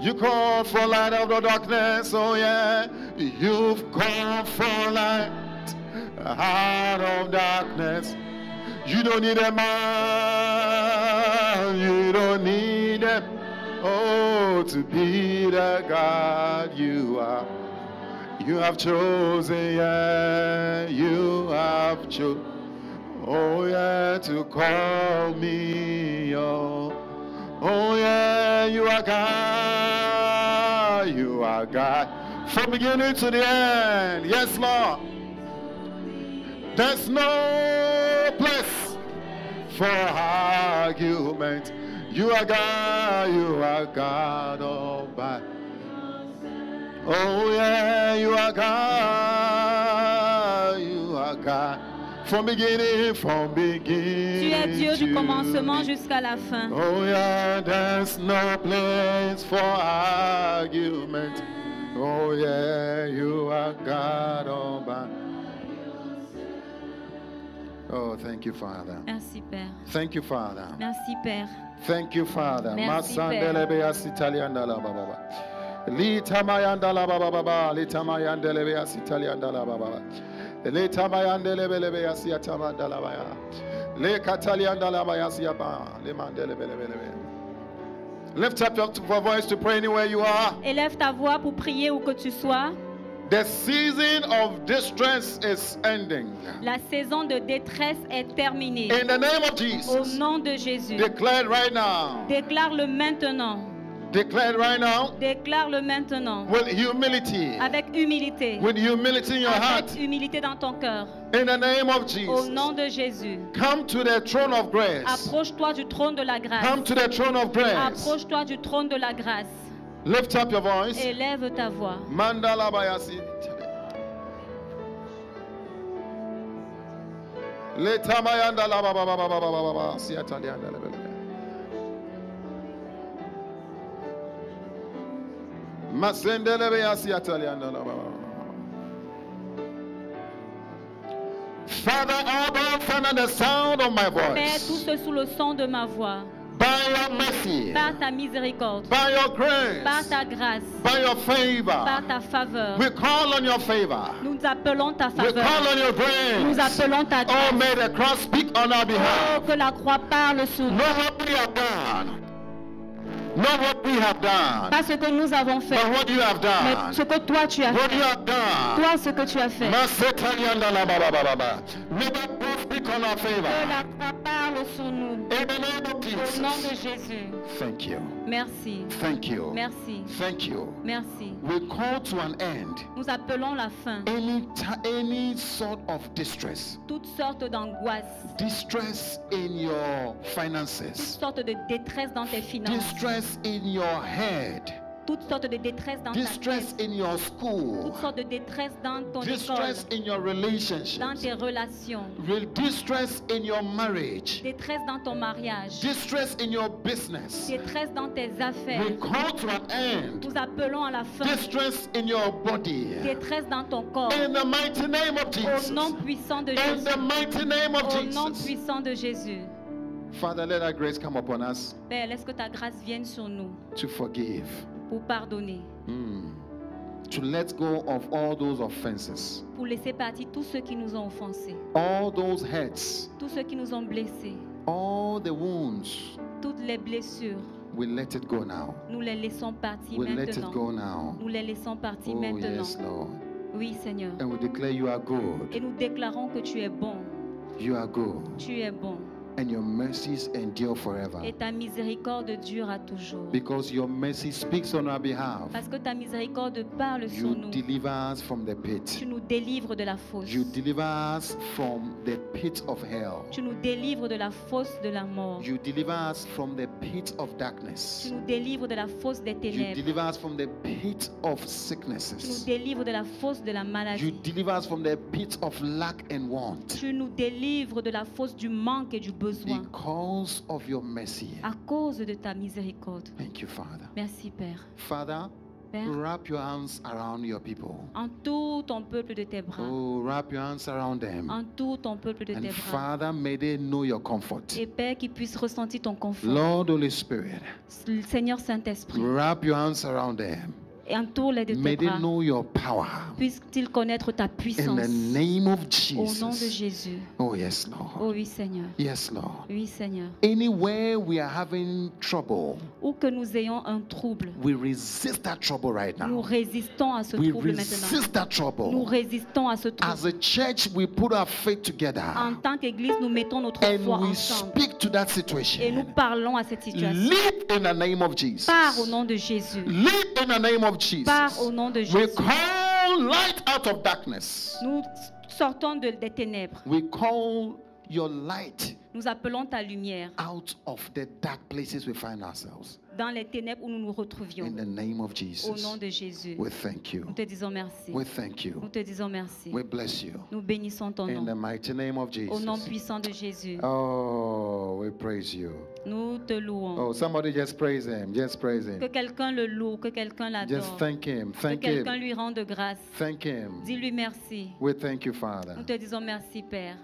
A: You call for light of the darkness. Oh yeah, you've called for light out of darkness. You don't need a man. You don't need them. Oh, to be the God you are. You have chosen, yeah, you have chosen. Oh yeah, to call me your. Oh yeah, you are God, you are God. From beginning to the end, yes, Lord. There's no place for argument. You are God, you are God all by. Oh yeah, you are God, you are God. From beginning, from
B: Tu
A: beginning.
B: es Dieu du
A: to
B: commencement
A: the-
B: jusqu'à la fin.
A: Oh yeah, there's no place for argument. Oh yeah, you are God all by. Oh, thank you, Father.
B: Merci Père.
A: Thank you, Father.
B: Merci Père.
A: Thank you, Father.
B: Merci, Père.
A: Masandelebeas Italiandala Baba Baba. Litamayandala Baba Baba. Litamayandelebeas Italiandala Baba Baba. Litamayandelebeas Yatamandala Baya. Lekataliandala Bayas Yaba. Lemandelebelebelebe. Lift up your your voice to pray anywhere you are.
B: Élève ta voix pour prier où que tu sois.
A: The season of distress is ending.
B: La saison de détresse est terminée.
A: In the name of
B: Au
A: Jesus,
B: nom de Jésus.
A: declare right now.
B: Déclare-le maintenant.
A: Declare right now
B: Déclare-le maintenant.
A: with humility.
B: Avec humilité.
A: with humility in your heart
B: Avec humilité dans ton cœur.
A: in the name of
B: Au
A: Jesus.
B: nom de Jésus.
A: Come to the throne of grace.
B: Approche-toi du trône de la grâce.
A: Come to the throne of grace.
B: Approche-toi du trône de la grâce.
A: Lift up your voice.
B: Élève ta voix.
A: Mandala bayasi. Letamayanda la ba ba ba ba ba ba ba ba ba. Siatali anda la ba la ba. Masendele be ya siatali anda la ba ba ba ba. Father, all bow under the sound of my
B: Père, tout
A: voice.
B: ce sous le son de ma voix.
A: By your mercy,
B: Par ta miséricorde.
A: by your
B: Par
A: grace,
B: ta grâce.
A: by your
B: Par
A: favor,
B: ta faveur.
A: we call on your favor.
B: Nous appelons ta
A: We call
B: faveur.
A: on your
B: Nous
A: grace.
B: appelons ta
A: Oh,
B: grâce.
A: may the cross speak on our
B: Oh,
A: behalf.
B: que la croix parle sur nous.
A: Not what we have done, not what we have done,
B: Pas ce que nous avons fait,
A: but what you have
B: mais
A: done.
B: ce que toi tu as
A: What you
B: fait.
A: have done.
B: Toi, ce que tu as fait.
A: Masetalianda la ba ba ba ba ba. May the cross speak on our
B: Que la
A: favor.
B: croix parle sur nous.
A: In the name of
B: Au nom de
A: Jesus.
B: Jésus.
A: Thank you.
B: Merci.
A: Thank you.
B: Merci.
A: Thank you.
B: Merci.
A: We call to an end
B: Nous appelons la fin.
A: any ti- any sort of distress.
B: Toutes sortes d'angoisses.
A: Distress in your
B: Toutes
A: finances.
B: sortes de détresse dans tes finances.
A: distress in your head,
B: toutes sortes de détresse dans ta
A: distress
B: tête,
A: in your
B: toutes
A: school,
B: sortes de détresse dans ton école,
A: distress in your
B: dans
A: relationships,
B: tes relations,
A: re- distress in your marriage,
B: détresse dans ton mariage,
A: distress in your business.
B: détresse dans tes affaires.
A: We call to an end
B: Nous appelons à la fin
A: distress in your body.
B: détresse dans ton corps.
A: In the mighty name of Jesus.
B: Au nom puissant de
A: In
B: Jésus.
A: the mighty name of
B: Au nom
A: Jesus.
B: puissant de Jésus.
A: Father, let our grace come upon us
B: Père, laisse que ta grâce vienne sur nous
A: to forgive,
B: pour pardonner,
A: Mm. to let go of all those offenses,
B: pour laisser partir tous ceux qui nous ont offensés,
A: all those hurts,
B: tous ceux qui nous ont blessés,
A: all the wounds.
B: toutes les blessures.
A: We let it go now.
B: Nous les laissons partir
A: We let it
B: maintenant.
A: go now.
B: Nous les laissons partir
A: Oh,
B: maintenant.
A: yes, Lord.
B: Oui, Seigneur.
A: And we declare you are good.
B: Et nous déclarons que tu es bon.
A: You are good.
B: Tu es bon.
A: And your mercies endure forever.
B: Et ta miséricorde dure à toujours.
A: Because your mercy speaks on our behalf.
B: Parce que ta miséricorde parle sur
A: You
B: nous.
A: deliver us from the
B: Tu
A: pit.
B: nous délivres de la fosse.
A: You deliver us from the pit of hell.
B: Tu nous délivres de la fosse de la mort.
A: You deliver us from the pit of
B: Tu
A: darkness.
B: nous délivres de la fosse des
A: You
B: ténèbres.
A: deliver us from the pit of
B: Tu nous
A: sicknesses.
B: délivres de la fosse de la
A: You
B: maladie.
A: deliver us from the pit of lack and want.
B: Tu nous délivres de la fosse du manque et du besoin
A: Because of your mercy.
B: à cause de ta miséricorde.
A: Thank you, Father.
B: Merci Père.
A: Father,
B: Père,
A: wrap your arms around your people.
B: entoure ton peuple de tes bras.
A: Oh, wrap your arms around them.
B: Entoure ton peuple de tes
A: And
B: bras.
A: Father, may they know your comfort.
B: Et Père, qu'ils puissent ressentir ton confort.
A: Lord Holy Spirit,
B: Seigneur Saint-Esprit,
A: wrap your arms around them.
B: et entoure-les de
A: May
B: tes
A: they
B: bras.
A: know your power.
B: Puissent-ils connaître ta
A: In
B: puissance
A: the name of
B: au nom de
A: Jesus.
B: Jésus.
A: Oh, yes,
B: Oh
A: Lord.
B: oui Seigneur.
A: Yes, Lord.
B: Oui Seigneur.
A: Anywhere we are having trouble,
B: Où que nous ayons un trouble,
A: we resist that trouble right
B: nous
A: now.
B: résistons à ce
A: We
B: trouble maintenant.
A: resist that
B: Nous
A: trouble.
B: résistons à ce
A: As
B: trouble.
A: a church, we put our faith
B: En
A: together.
B: tant qu'Église, nous mettons notre
A: And
B: foi
A: we
B: ensemble
A: speak to that
B: et nous
A: situation.
B: parlons à cette situation.
A: Live in the name of Jesus.
B: Par au nom de Jésus.
A: Live in the name of Jesus.
B: Par au nom de
A: We
B: Jésus.
A: call light out of darkness.
B: Nous sortons de- des ténèbres.
A: We call your light
B: Nous appelons ta lumière
A: out of the dark places we find ourselves.
B: dans les ténèbres où nous nous retrouvions.
A: In the name of
B: Au nom
A: Jesus.
B: de Jésus.
A: We thank
B: Nous
A: you.
B: te disons merci.
A: We thank
B: Nous
A: you.
B: te disons merci.
A: We bless you.
B: Nous bénissons ton
A: In the
B: nom.
A: mighty name of
B: Au nom
A: Jesus.
B: puissant de Jésus,
A: Oh, we praise you.
B: nous te louons.
A: Oh, somebody just praise him. Just praise
B: Que
A: him.
B: quelqu'un le loue, que quelqu'un
A: Just
B: l'adore.
A: thank him.
B: Que
A: Thank
B: quelqu'un
A: him.
B: lui rende grâce.
A: Thank him.
B: Dis-lui merci.
A: We thank you,
B: Nous
A: Father.
B: te disons merci, Père.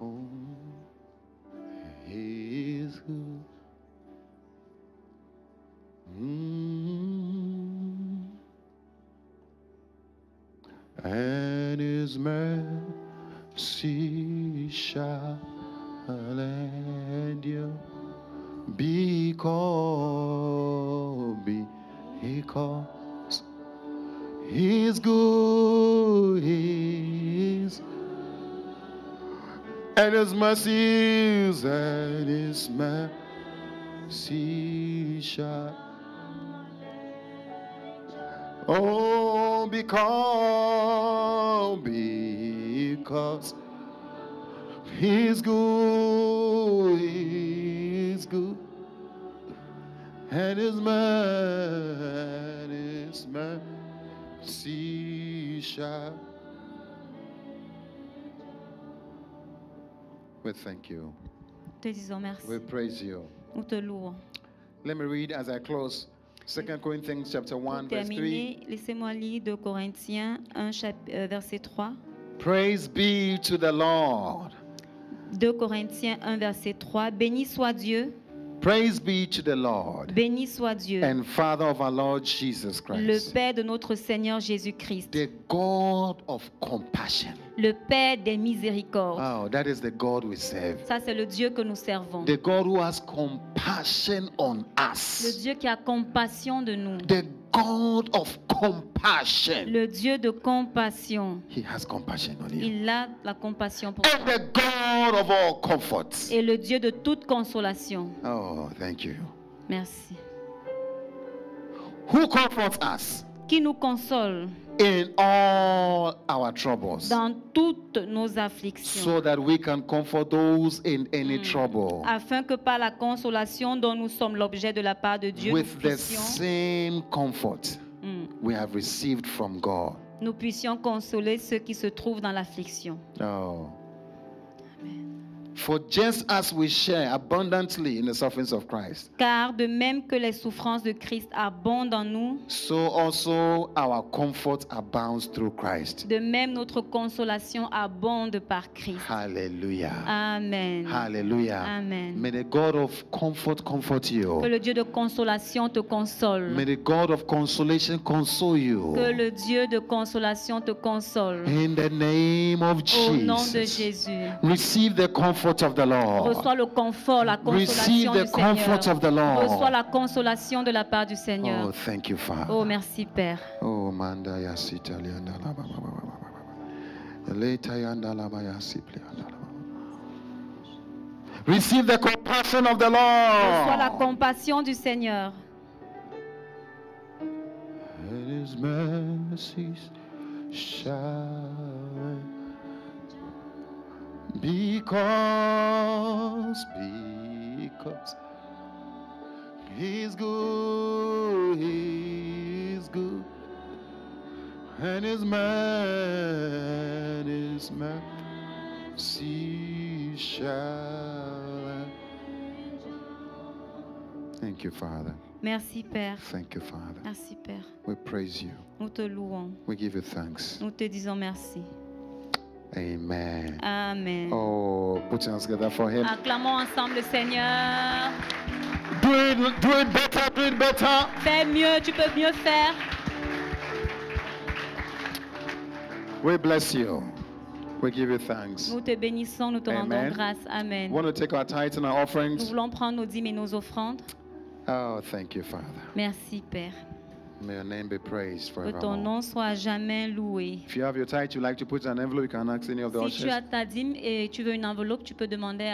A: Oh, He is good. Mm. And his mercy shall endure because, because he's good. He's and his mercies and his mercy shall. Oh, because, because he's good, he's good, and his mercy, his mercy shall. We thank you.
B: Nous te disons merci.
A: We praise you.
B: Nous te louons.
A: Let me read as I close 2 Corinthians chapter
B: Pour
A: 1 verse 3.
B: terminer, laissez-moi lire de Corinthiens 1, chap- euh, verset 3.
A: Praise be to the Lord.
B: 2 Corinthiens 1, verset 3. Béni soit Dieu,
A: Praise be to the Lord
B: béni soit Dieu,
A: and Father of our Lord Jesus
B: le
A: Christ,
B: Père de notre Seigneur Jésus-Christ,
A: the God of compassion.
B: le Père des miséricordes.
A: Oh, that is the God we serve.
B: Ça, c'est le Dieu que nous servons.
A: The God who has compassion on
B: Le
A: us.
B: Dieu qui a compassion de nous.
A: The God of compassion.
B: Le Dieu de compassion.
A: He has compassion on you.
B: Il a la compassion pour
A: And the God of all comfort.
B: Et le Dieu de toute consolation.
A: Oh, thank you.
B: Merci.
A: Who comforts us?
B: qui nous console
A: in all our troubles
B: dans toutes nos afflictions,
A: so that we can comfort those in any
B: Mm.
A: trouble
B: afin que par la consolation dont nous sommes l'objet de la part de Dieu, nous
A: with the
B: puissions,
A: same comfort
B: Mm.
A: we have received from God.
B: nous puissions consoler ceux qui se trouvent dans l'affliction.
A: Oh. For just as we share abundantly in the sufferings of Christ,
B: Car de même que les souffrances de Christ abondent en nous,
A: so also our comfort abounds through Christ.
B: de même notre consolation abonde par Christ.
A: Hallelujah.
B: Amen.
A: Hallelujah.
B: Amen.
A: May the God of comfort comfort
B: Que
A: you.
B: le Dieu de consolation te
A: May
B: console.
A: the God of consolation console
B: Que
A: you.
B: le Dieu de consolation te console.
A: In the name of
B: Au nom de
A: Jesus.
B: Jésus.
A: Receive the comfort of the Lord.
B: Reçois le confort, la
A: Receive
B: consolation
A: the
B: du Seigneur.
A: comfort of the
B: Reçois
A: Lord.
B: la consolation de la part du
A: Oh,
B: Seigneur.
A: thank you, Father.
B: Oh, merci Père.
A: Oh, manda ya sita lianda la ba ba ba ba ba ba ba. Leta yanda la ba ya sipli yanda la ba ba. Receive the compassion of the
B: Reçois la
A: Lord.
B: compassion du Seigneur.
A: And his mercies shall because because he's good he's good and his man his mercy shall thank you father
B: Merci Père.
A: thank you father
B: Merci Père.
A: we praise you
B: Nous te louons.
A: we give you thanks
B: Nous te disons merci.
A: amen
B: Amen.
A: oh put your hands together for him
B: Acclamons ensemble le Seigneur.
A: Do it, do it better, do it better.
B: Fais mieux, tu peux mieux faire.
A: We bless you. We give you thanks.
B: Nous te bénissons, nous te
A: Amen.
B: rendons grâce.
A: We
B: Amen.
A: want to take our tithes and our
B: Nous
A: offerings.
B: voulons prendre nos dîmes et nos offrandes.
A: Oh, thank you, Father.
B: Merci Père.
A: May your name be praised
B: Que ton
A: forever.
B: nom soit à jamais loué.
A: If you have your tithe, you like to put it in an envelope, you can ask any of the
B: Si tu
A: ushers.
B: as ta dîme et tu veux une enveloppe, tu peux demander